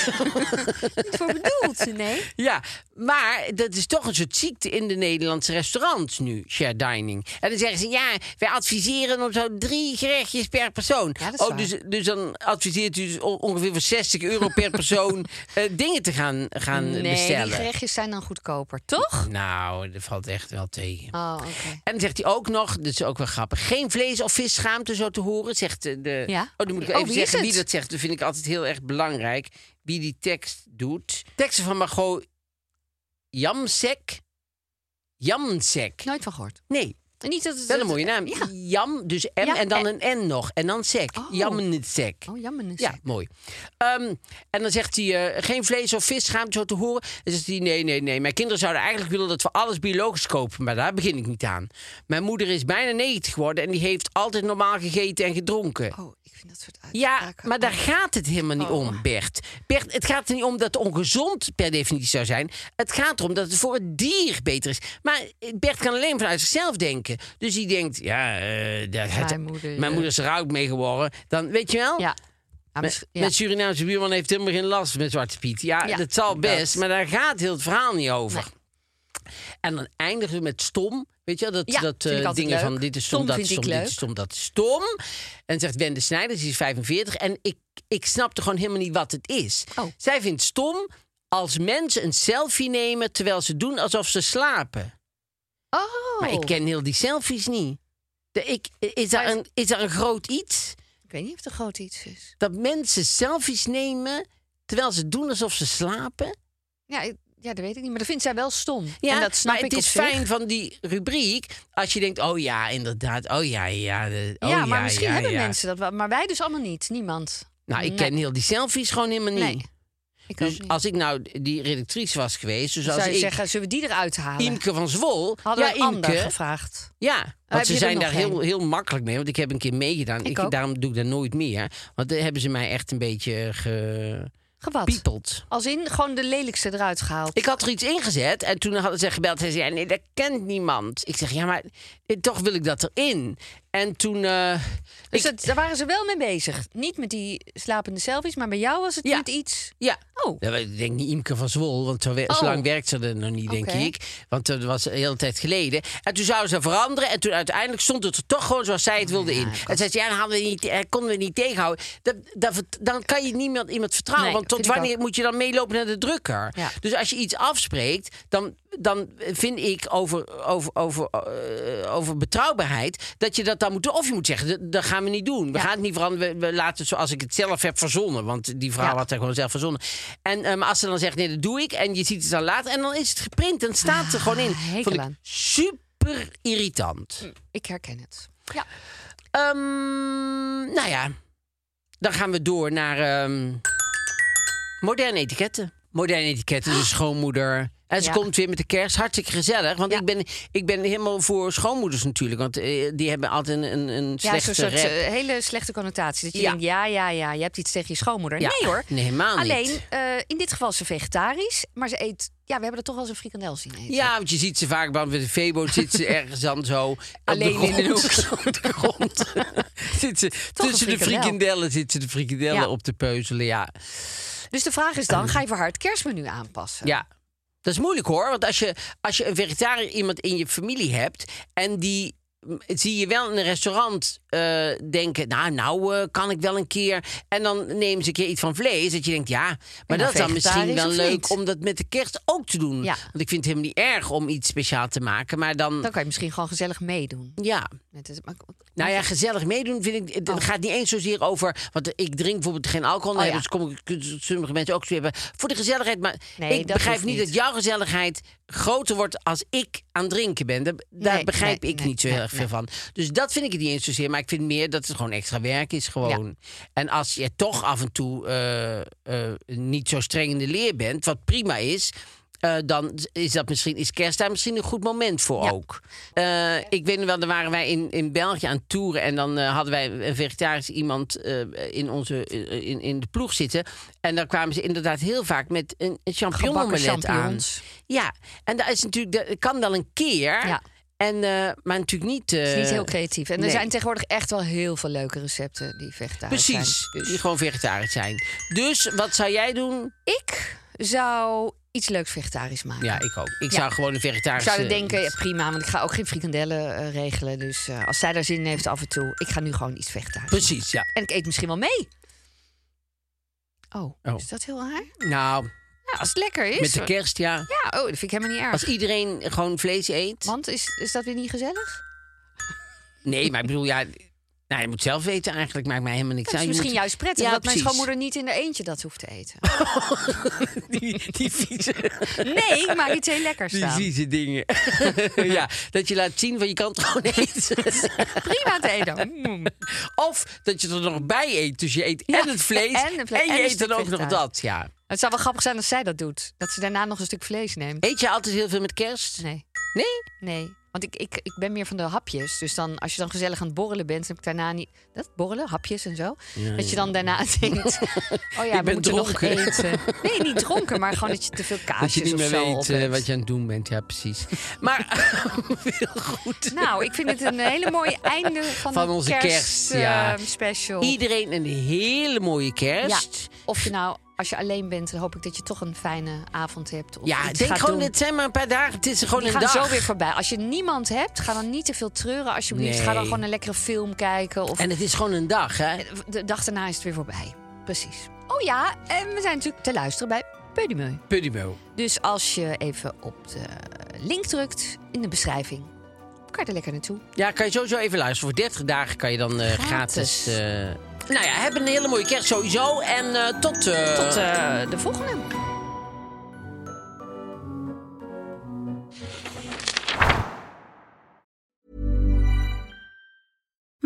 Speaker 2: voor bedoeld, nee.
Speaker 4: Ja, maar dat is toch een soort ziekte in de Nederlandse restaurants nu, share dining. En dan zeggen ze, ja, wij adviseren om zo drie gerechtjes per persoon.
Speaker 2: Ja, dat is
Speaker 4: oh,
Speaker 2: waar.
Speaker 4: dus, dus dan adviseert u dus o- ongeveer voor 60 euro per persoon eh, dingen te gaan, gaan
Speaker 2: nee, die
Speaker 4: bestellen.
Speaker 2: gerechtjes zijn dan goedkoper, toch?
Speaker 4: nou, dat valt echt wel tegen.
Speaker 2: Oh, oké.
Speaker 4: En dan zegt hij ook nog, dat is ook wel grappig, geen vlees of vis schaamt er zo te horen, zegt eh, de...
Speaker 2: Ja.
Speaker 4: Oh, dan moet
Speaker 2: Oh,
Speaker 4: ik even
Speaker 2: wie is
Speaker 4: zeggen wie
Speaker 2: het?
Speaker 4: dat zegt. Dat vind ik altijd heel erg belangrijk, wie die tekst doet. Teksten van Margot Jamsek. Jamsek.
Speaker 2: Nooit van gehoord.
Speaker 4: Nee,
Speaker 2: En Niet dat het,
Speaker 4: wel een mooie naam.
Speaker 2: Ja.
Speaker 4: Jam, dus M
Speaker 2: Ja, eh.
Speaker 4: en dan een N nog. En dan sek.
Speaker 2: Oh.
Speaker 4: Jamsek.
Speaker 2: Oh, jammer. is
Speaker 4: Ja, mooi. Ehm, en dan zegt hij, eh, geen vlees of vis, schaamt zo te horen. Dan zegt hij, nee, nee, nee. Mijn kinderen zouden eigenlijk willen dat we alles biologisch kopen. Maar daar begin ik niet aan. Mijn moeder is bijna 90 geworden en die heeft altijd normaal gegeten en gedronken.
Speaker 2: Oh, ik vind dat soort
Speaker 4: Ja,
Speaker 2: uitspraken.
Speaker 4: maar daar gaat het helemaal niet om, Bert. Bert, het gaat er niet om dat het ongezond per definitie zou zijn. Het gaat erom dat het voor het dier beter is. Maar eh, Bert kan alleen vanuit zichzelf denken. Dus die denkt, ja, eh, dat-
Speaker 2: Mijn moeder,
Speaker 4: mijn
Speaker 2: eh.
Speaker 4: moeder is er oud mee geworden. Dan, weet je wel?
Speaker 2: Ja. Ja,
Speaker 4: Met,
Speaker 2: misschien- Ah, ja.
Speaker 4: met Surinaamse buurman heeft helemaal geen last met Zwarte Piet. Ja,
Speaker 2: Ja,
Speaker 4: dat zal best,
Speaker 2: dat.
Speaker 4: maar daar gaat heel het verhaal niet over. En dan eindigen we met stom. Weet je wel, dat,
Speaker 2: Ja,
Speaker 4: dat
Speaker 2: vind ik
Speaker 4: eh,
Speaker 2: altijd
Speaker 4: dingen
Speaker 2: leuk.
Speaker 4: van dit is stom,
Speaker 2: Stom
Speaker 4: dat is
Speaker 2: vind
Speaker 4: stom,
Speaker 2: ik
Speaker 4: dit
Speaker 2: leuk.
Speaker 4: is stom, dat is stom. En zegt Wende Snijders, die is 45. En ik, ik snapte gewoon helemaal niet wat het is.
Speaker 2: Oh.
Speaker 4: Zij vindt stom als mensen een selfie nemen terwijl ze doen alsof ze slapen.
Speaker 2: Oh.
Speaker 4: Maar ik ken heel die selfies niet. De, ik, is, daar
Speaker 2: Maar-
Speaker 4: een, is daar een groot iets?
Speaker 2: Ik weet niet of het een groot iets is.
Speaker 4: dat mensen selfies nemen terwijl ze doen alsof ze slapen.
Speaker 2: Ja, ik- ja, dat weet ik niet. Maar dat vindt zij wel stom. en dat snap
Speaker 4: maar
Speaker 2: ik
Speaker 4: het is
Speaker 2: op zich.
Speaker 4: fijn van die rubriek als je denkt, oh ja, inderdaad, oh ja, ja, de- oh
Speaker 2: ja, maar misschien
Speaker 4: ja,
Speaker 2: hebben
Speaker 4: ja.
Speaker 2: mensen dat wel. Maar wij dus allemaal niet. Niemand.
Speaker 4: Nou, ik
Speaker 2: Nee.
Speaker 4: ken heel die selfies gewoon helemaal niet.
Speaker 2: Nee, Ik ook
Speaker 4: dus
Speaker 2: niet.
Speaker 4: als ik nou die redactrice was geweest, dus als
Speaker 2: Zou je
Speaker 4: ik
Speaker 2: zeggen, zullen we die eruit halen?
Speaker 4: Imke van Zwol,
Speaker 2: Hadden
Speaker 4: ja,
Speaker 2: we Ander
Speaker 4: Imke,
Speaker 2: gevraagd.
Speaker 4: Ja,
Speaker 2: heb
Speaker 4: want ze
Speaker 2: je er
Speaker 4: zijn
Speaker 2: nog
Speaker 4: daar heel,
Speaker 2: een?
Speaker 4: heel makkelijk mee. Want ik heb een keer meegedaan.
Speaker 2: Ik ook.
Speaker 4: daarom doe ik dat nooit meer. Want dan hebben ze mij echt een beetje gepiepeld.
Speaker 2: Gewat. Als in gewoon de lelijkste eruit gehaald.
Speaker 4: Ik had er iets ingezet en toen hadden ze gebeld. Hij zei, ja, nee, dat kent niemand. Ik zeg, ja, maar eh, toch wil ik dat erin. En toen... eh,
Speaker 2: dus
Speaker 4: ik-
Speaker 2: dat, daar waren ze wel mee bezig. Niet met die slapende selfies, maar bij jou was het
Speaker 4: Ja.
Speaker 2: niet iets.
Speaker 4: Ja.
Speaker 2: Oh.
Speaker 4: Ja, maar Ik denk niet Imke van Zwol, want zo, we- zo
Speaker 2: Oh.
Speaker 4: lang werkt ze er nog niet, denk
Speaker 2: Oké.
Speaker 4: ik. Want dat was een hele tijd geleden. En toen zouden ze veranderen en toen uiteindelijk stond het er toch gewoon zoals zij het wilde in. En zei ze, ja, dan hadden we niet, eh, konden we niet tegenhouden. Dat, dat, vert- dan kan je niet meer iemand vertrouwen,
Speaker 2: Nee,
Speaker 4: want tot
Speaker 2: vind ik
Speaker 4: wanneer
Speaker 2: ook.
Speaker 4: moet je dan meelopen naar de drukker?
Speaker 2: Ja.
Speaker 4: Dus als je iets afspreekt, dan, dan vind ik over, over, over, eh, over betrouwbaarheid dat je dat dan moet doen. Of je moet zeggen, dat, dat gaan we niet doen. We gaan het niet veranderen. We, we laten het zoals ik het zelf heb verzonnen. Want die vrouw
Speaker 2: Ja.
Speaker 4: had het gewoon zelf verzonnen. En eh, maar als ze dan zegt, nee, dat doe ik. En je ziet het dan later. En dan is het geprint. Dan staat het er gewoon in.
Speaker 2: hekel
Speaker 4: Vond ik
Speaker 2: aan.
Speaker 4: super irritant.
Speaker 2: Ik herken het. Ja.
Speaker 4: Ehm, nou ja, dan gaan we door naar ehm moderne etiketten. Moderne etiketten, de schoonmoeder. En ze
Speaker 2: Ah. Ja.
Speaker 4: komt weer met de kerst. Hartstikke gezellig. Want ik, ben, ik ben helemaal voor schoonmoeders natuurlijk. Want eh, die hebben altijd een, een, een
Speaker 2: Ja, zo'n
Speaker 4: slechte
Speaker 2: soort
Speaker 4: rep.
Speaker 2: eh, hele slechte connotatie. Dat je
Speaker 4: Ja.
Speaker 2: denkt, ja, ja, ja, je hebt iets tegen je schoonmoeder.
Speaker 4: Ja.
Speaker 2: Nee hoor.
Speaker 4: Nee, helemaal niet.
Speaker 2: Alleen, eh, in dit geval is ze vegetarisch. Maar ze eet... Ja, we hebben er toch wel eens een frikandel zien eten.
Speaker 4: Ja, want je ziet ze vaak bij de Febo zit ze ergens dan zo op
Speaker 2: Alleen
Speaker 4: de
Speaker 2: in de
Speaker 4: grond. op de grond. zit ze,
Speaker 2: een
Speaker 4: tussen
Speaker 2: frikandel.
Speaker 4: de frikandellen zit ze de frikandellen
Speaker 2: Ja.
Speaker 4: op te peuzelen. Ja.
Speaker 2: Dus de vraag is dan, ga je voor haar het kerstmenu aanpassen?
Speaker 4: Ja. Dat is moeilijk hoor, want als je, als je een vegetariër iemand in je familie hebt en die mm, zie je wel in een restaurant eh, denken, nou, nou eh, kan ik wel een keer. En dan nemen ze een keer iets van vlees, dat je denkt, ja,
Speaker 2: dan
Speaker 4: maar dat is dan misschien
Speaker 2: vegetarisch
Speaker 4: wel
Speaker 2: of
Speaker 4: leuk
Speaker 2: niet?
Speaker 4: om dat met de kerst ook te doen.
Speaker 2: Ja.
Speaker 4: Want ik vind het helemaal niet erg om iets speciaal te maken, maar dan,
Speaker 2: Dan kan je misschien gewoon gezellig meedoen.
Speaker 4: ja.
Speaker 2: Met het, maar-
Speaker 4: Nou ja, gezellig meedoen vind ik. Het
Speaker 2: Oh.
Speaker 4: gaat niet eens zozeer over. Want ik drink bijvoorbeeld geen alcohol.
Speaker 2: Oh
Speaker 4: nee,
Speaker 2: ja.
Speaker 4: Dus kom ik kunnen sommige mensen ook zo hebben. Voor de gezelligheid. Maar
Speaker 2: Nee,
Speaker 4: ik
Speaker 2: dat
Speaker 4: begrijp
Speaker 2: hoeft
Speaker 4: niet
Speaker 2: niet.
Speaker 4: dat jouw gezelligheid groter wordt als ik aan het drinken ben. Daar, daar
Speaker 2: Nee,
Speaker 4: begrijp
Speaker 2: nee,
Speaker 4: ik
Speaker 2: nee,
Speaker 4: niet zo
Speaker 2: nee,
Speaker 4: heel erg veel van. Dus dat vind ik het niet eens zozeer. Maar ik vind meer dat het gewoon extra werk is. Gewoon. En als je toch af en toe eh, eh, niet zo streng in de leer bent, wat prima is. eh, dan is, dat misschien, is kerst daar misschien een goed moment voor
Speaker 2: Ja.
Speaker 4: ook. Eh, ik weet nog wel, dan waren wij in, in België aan het toeren. En dan eh, hadden wij een vegetarisch iemand eh, in, onze, eh, in, in de ploeg zitten. En dan kwamen ze inderdaad heel vaak met een, een champignon
Speaker 2: Gebakken
Speaker 4: omelet aan.
Speaker 2: champignons.
Speaker 4: Ja, en dat is natuurlijk, dat kan wel een keer.
Speaker 2: Ja.
Speaker 4: En, eh, maar natuurlijk niet... eh,
Speaker 2: Het is niet heel creatief. En
Speaker 4: nee.
Speaker 2: er zijn tegenwoordig echt wel heel veel leuke recepten die vegetarisch zijn.
Speaker 4: Precies,
Speaker 2: Dus
Speaker 4: die gewoon vegetarisch zijn. Dus wat zou jij doen?
Speaker 2: ik zou iets leuks vegetarisch maken.
Speaker 4: Ja, ik ook. Ik zou gewoon een eh,
Speaker 2: Ik
Speaker 4: vegetarische...
Speaker 2: zou denken, ja, prima, want ik ga ook geen frikandellen eh, regelen. Dus eh, als zij daar zin in heeft af en toe, ik ga nu gewoon iets vegetarisch.
Speaker 4: Precies, ja.
Speaker 2: En ik eet misschien wel mee. Oh,
Speaker 4: Oh.
Speaker 2: is dat heel raar?
Speaker 4: Nou,
Speaker 2: Ja, als het lekker is.
Speaker 4: met de kerst, ja.
Speaker 2: Ja, oh, dat vind ik helemaal niet erg.
Speaker 4: Als iedereen gewoon vlees eet.
Speaker 2: Want is, is dat weer niet gezellig?
Speaker 4: Nee, maar ik bedoel, ja... Nou, je moet zelf weten eigenlijk. Maakt mij helemaal niks
Speaker 2: Dat is
Speaker 4: uit. Je
Speaker 2: misschien
Speaker 4: moet-
Speaker 2: juist prettig
Speaker 4: Ja,
Speaker 2: dat mijn
Speaker 4: precies.
Speaker 2: schoonmoeder niet in de eentje dat hoeft te eten.
Speaker 4: die, die vieze...
Speaker 2: Nee, ik maak iets heel lekkers
Speaker 4: Die
Speaker 2: staan.
Speaker 4: vieze dingen. ja, dat je laat zien van je kan het gewoon eten.
Speaker 2: Prima te eten. Mm.
Speaker 4: of dat je er nog bij eet. Dus je eet
Speaker 2: Ja,
Speaker 4: en het vlees en,
Speaker 2: en het vlees-
Speaker 4: je
Speaker 2: en een
Speaker 4: eet
Speaker 2: stuk
Speaker 4: dan ook nog
Speaker 2: vegetarisch.
Speaker 4: dat. Ja.
Speaker 2: Het zou wel grappig zijn als zij dat doet. Dat ze daarna nog een stuk vlees neemt.
Speaker 4: Eet je altijd heel veel met kerst?
Speaker 2: Nee,
Speaker 4: Nee?
Speaker 2: nee. Want ik, ik, ik ben meer van de hapjes. Dus dan, als je dan gezellig aan het borrelen bent... dan heb ik daarna niet... Dat, borrelen, hapjes en zo. dat je dan daarna denkt... Oh ja,
Speaker 4: Ik
Speaker 2: we
Speaker 4: ben
Speaker 2: moeten nog
Speaker 4: dronken.
Speaker 2: eten. Nee, niet dronken, maar gewoon dat je te veel
Speaker 4: Dat je
Speaker 2: kaasjes
Speaker 4: niet
Speaker 2: of
Speaker 4: meer
Speaker 2: zo
Speaker 4: weet
Speaker 2: op
Speaker 4: eh,
Speaker 2: hebt.
Speaker 4: wat je aan het doen bent. Ja, precies. Maar heel goed.
Speaker 2: Nou, ik vind het een hele mooie einde van,
Speaker 4: Van
Speaker 2: de
Speaker 4: onze kerst,
Speaker 2: eh,
Speaker 4: ja.
Speaker 2: special.
Speaker 4: Iedereen een hele mooie
Speaker 2: Ja.
Speaker 4: kerst.
Speaker 2: Of je nou, als je alleen bent, dan hoop ik dat je toch een fijne avond hebt. Of
Speaker 4: Ja,
Speaker 2: iets
Speaker 4: denk
Speaker 2: gaat
Speaker 4: gewoon,
Speaker 2: doen.
Speaker 4: het zijn maar een paar dagen. Het is gewoon
Speaker 2: Die
Speaker 4: een
Speaker 2: gaan
Speaker 4: dag.
Speaker 2: zo weer voorbij. Als je niemand hebt, ga dan niet te veel treuren alsjeblieft. Ga dan
Speaker 4: Nee.
Speaker 2: gewoon een lekkere film kijken. Of
Speaker 4: En het is gewoon een dag, hè?
Speaker 2: de dag daarna is het weer voorbij. Precies. Oh ja, en we zijn natuurlijk te luisteren bij Pudimeu.
Speaker 4: Puddimo.
Speaker 2: Dus als je even op de link drukt in de beschrijving, kan je er lekker naartoe.
Speaker 4: Ja, kan je sowieso even luisteren. Voor 30 dagen kan je dan eh, gratis...
Speaker 2: Gratis.
Speaker 4: eh, nou ja, heb een hele mooie kerst sowieso. En eh, tot... eh,
Speaker 2: Tot eh, de volgende.